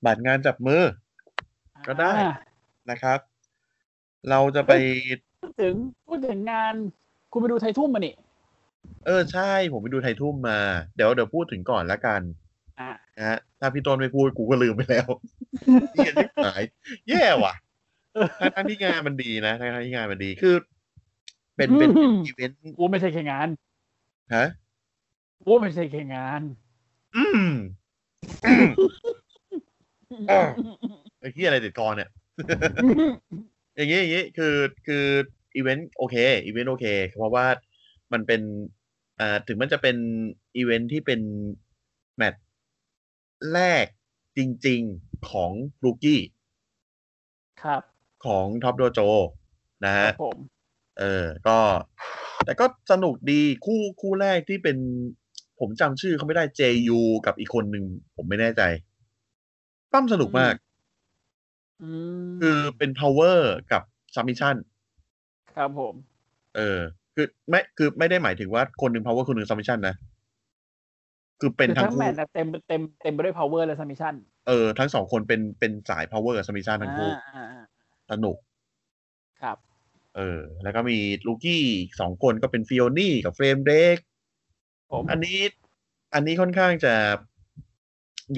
บัตรงานจับมือ ก็ได้ อ่า นะครับ เราจะไป พูดถึงพูดถึงงานคุณไปดูไทยทุ่มมานี่ เออใช่ผมไปดูไทยทุ่มมา เดี๋ยวเดี๋ยวพูดถึงก่อนละกัน อ่ะ นะฮะถ้าพี่ต้นไม่พูดกูก็ลืมไปแล้ว เหี้ยที่หาย แย่ว่ะทั้งทั้งที่งานมันดีนะทั้งทั้งที่งานมันดีคือ เป็นเป็นอีเวนต์ กูไม่ใช่แค่งาน ฮะ กูไม่ใช่แค่ (coughs) งาน อืม อ่า ไอ้ที่อะไรติดคอเนี่ย อย่างนี้อย่างนี้คือคืออีเวนต์โอเคอีเวนต์โอเค เพราะว่ามันเป็นอ่าถึงมันจะเป็นอีเวนต์ที่เป็นแมตช์แรกจริง ๆของลูกี้ ครับ ของท็อปโดโจนะ ครั ฮะ บผม เออ ก็ แต่ก็สนุกดีคู่คู่แรกที่เป็นผมจำชื่อเขาไม่ได้ JU กับอีกคนหนึ่งผมไม่แน่ใจ ปั้มสนุกมาก อืม คือเป็น power กับ submission ครับผม เออ คือไม่คือไม่ได้หมายถึงว่าคนหนึ่ง power คนหนึ่ง submission นะ คือเป็น คือ ทั้ง ทั้ง คู่ แมตช์อะเต็มเต็มเต็มไปด้วย power และ submission เออทั้งสองคนเป็นเป็นสาย power กับ submission ทั้งคู่ อ่าอ่าอ่า สนุก ครับ เออ แล้วก็มีลูกี้อีกสองคนก็เป็นฟิโอนี่กับเฟรมเดก ผม อันนี้อันนี้ค่อนข้างจะ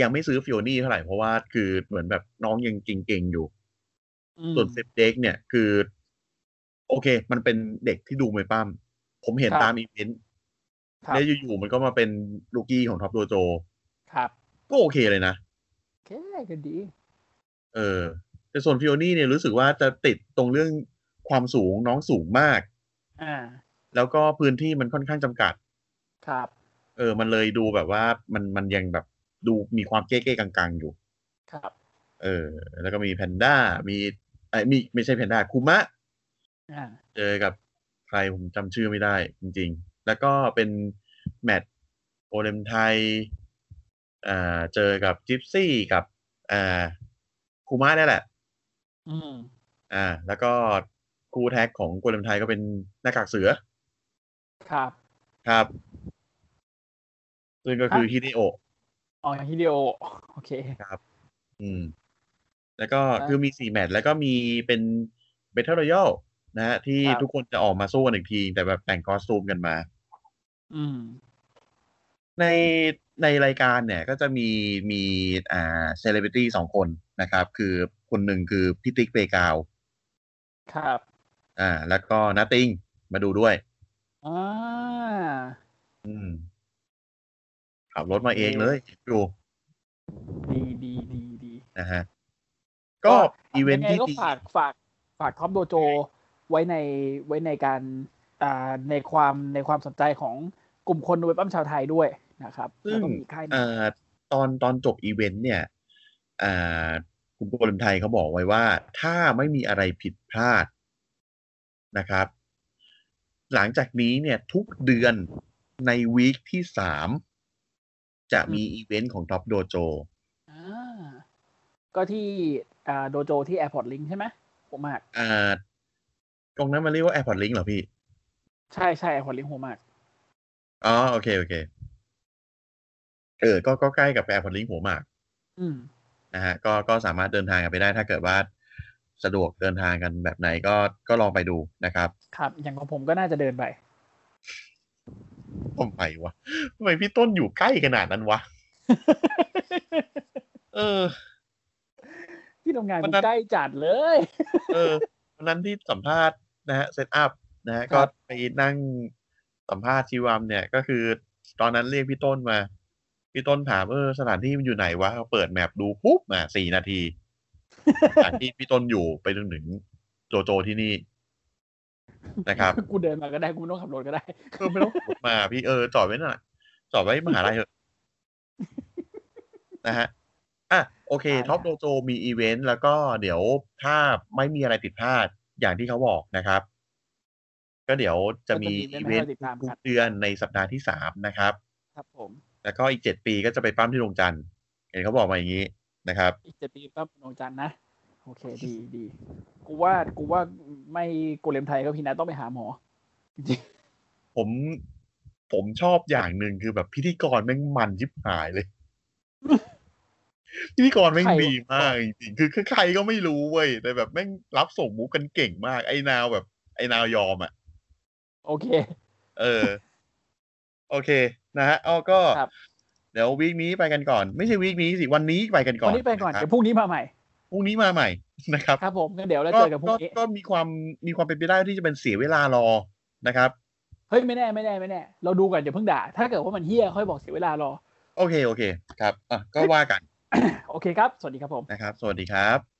ยังไม่ซื้อฟิโอนี่เท่าไหร่เพราะว่าคือเหมือนแบบน้องยังเก่งๆอยู่ อืม ส่วนเซฟเด็กเนี่ยคือ โอเค มันเป็นเด็กที่ดูมวยปั้มผมเห็น ครับ ตามอีเวนต์ ครับ แล้วอยู่ๆมันก็มาเป็นลูกี้ของท็อปโดโจ ครับ ก็โอเคเลยนะ โอเคก็ดี เออ แต่ส่วนฟิโอนี่เนี่ยรู้สึกว่าจะติดตรงเรื่องความสูงน้องสูงมาก อ่า แล้วก็พื้นที่มันค่อนข้างจำกัด ครับ เออ มันเลยดูแบบว่ามันมันยังแบบดูมีความเก้ๆกังๆอยู่ ครับ เออ แล้วก็มีแพนด้า มีไอ้ยมีไม่ใช่แพนด้าคูมะ อ่า เจอกับใครผมจำชื่อไม่ได้จริงๆ แล้วก็เป็นแมตช์โอเลมไทยอ่าเจอกับจิปซี่กับอ่าคูมะนี่แหละ อืม อ่า แล้วก็คู่แท็กของโกเลมไทยก็เป็นหน้ากากเสือ ครับ ครับ ซึ่งก็คือฮิเนโอะ ออกฮิเดโอโอเค อืม แล้วก็ ครับ คือมีสี่แมตช์แล้วก็มีเป็นเบทเทิลรอยัลนะฮะที่ ครับ ทุกคนจะออกมาสู้กันอีกที แต่แบบแต่งคอสตูมกันมา อืม ในในรายการเนี่ยก็จะมีมีอ่าเซเลบริตี้สองคนนะครับ คือคนหนึ่งคือพี่ติ๊กเปกาว ครับ อ่า แล้วก็นาติงมาดูด้วย อ่า อืมขับรถมาเองเลยดู ดีดีดีดี นะฮะ ก็อีเวนต์ ยังไง ที่ ก็ ดี ฝากฝากฝากท็อปโดโจไว้ในไว้ในการอ่าในความในความสนใจของกลุ่มคนเว็บอัมชาวไทยด้วยนะครับ ซึ่ง แล้วก็มีค่ายหนึ่ง อ่าตอนตอนจบอีเวนต์เนี่ย อ่าคุณโกลมไทยเขาบอกไว้ว่า ถ้าไม่มีอะไรผิดพลาดนะครับ หลังจากนี้เนี่ย ทุกเดือนในวีคที่สามจะมีอีเวนต์ของท็อปโดโจ อ่าก็ที่อ่าโดโจที่แอร์พอร์ตลิงใช่ไหมหัวหมาก อ่า ตรงนั้นมันเรียกว่า Airport Link เหรอพี่ ใช่ใช่แอร์พอร์ตลิงหัวหมาก อ๋อโอเค โอเค เออ ก็ก็ใกล้กับแอร์พอร์ตลิงหัวหมาก อืม นะฮะ ก็ก็สามารถเดินทางกันไปได้ ถ้าเกิดว่าสะดวกเดินทางกันแบบไหนก็ก็ลองไปดูนะครับ ครับ อย่างของผมก็น่าจะเดิน (laughs) ไป ทำไมวะทำไมพี่ต้นอยู่ใกล้ขนาดนั้นวะ เออ ที่ทำงาน วั กู นนั้น ใกล้จัดเลย (laughs) เออวันนั้นที่สัมภาษณ์นะฮะเซตอัพนะฮะก็ไปนั่งสัมภาษณ์ชีวามเนี่ย ก็คือ ตอนนั้นเรียกพี่ต้นมา พี่ต้นถามเออสถานที่มันอยู่ไหนวะเปิดแมปดูปุ๊บมาสี่นาที สถานที่พี่ต้นอยู่ไปจนถึงโจโจที่นี่นะครับ กูเดินมาก็ได้กูไม่ต้องขับรถก็ได้ เออไม่ต้องขับมาพี่เออจอดไว้หน่อยจอดไว้มหาลัย (laughs) เถอะนะฮะอ่ะโอเค ได้ ท็อปโดโจมีอีเวนต์แล้วก็เดี๋ยวถ้าไม่มีอะไรติดพลาดอย่างที่เขาบอกนะครับ ก็เดี๋ยวจะมี ก็ อี เรื่อง เวนต์ให้ราติดตาม ทุ กั ก น เดือนในสัปดาห์ที่สามนะครับ ครับผม แล้วก็อีกเจ็ดปีก็จะไปปั้มที่ดวงจันทร์เห็นเขาบอกมาอย่างนี้นะครับ อีกเจ็ดปีก็เป็นดวงจันทร์นะ โอ (laughs) เคดีดีกูว่ากูว่าไม่กูเลมไทยก็พี่นะต้องไปหาหมอ ผมผมชอบอย่างหนึ่งคือแบบพิธีกรแม่งมันยิบหาย (laughs) เลย พิธีกรแม่ง ใครวะ ดีมากจริงๆคือคือใครก็ไม่รู้เว้ยแต่แบบแม่งรับส่งมุกกันเก่งมากไอ้นาวแบบ ไอ้นาวยอมอ่ะ โอเค เออ (laughs) โอเค นะฮะอ้อก็ ครับ เดี๋ยววีคนี้ไปกันก่อน ไม่ใช่วีคนี้สิวันนี้ไปกันก่อ วัน น นี้ไปก่อน ะค เดี๋ รั ย บ วพรุ่งนี้มาใหม่ พรุ่งนี้มาใหม่ (laughs) นะครับ ครับผมงั้นเดี๋ยวเรา ก็ เจอกันพรุ่ ก็ งนี้ ก็มีความมีความเป็นไปได้ที่จะเป็นเสียเวลารอนะครับ เฮ้ยไม่แน่ไม่แน่ไม่แน่ เราดูก่อนอย่าเพิ่งด่า ถ้าเกิดว่ามันเฮี้ยค่อยบอกเสียเวลารอ โอเคโอเค ครับอ่ะก็ว่ากัน โอเคครับ สวัสดีครับผม นะครับ สวัสดีครับ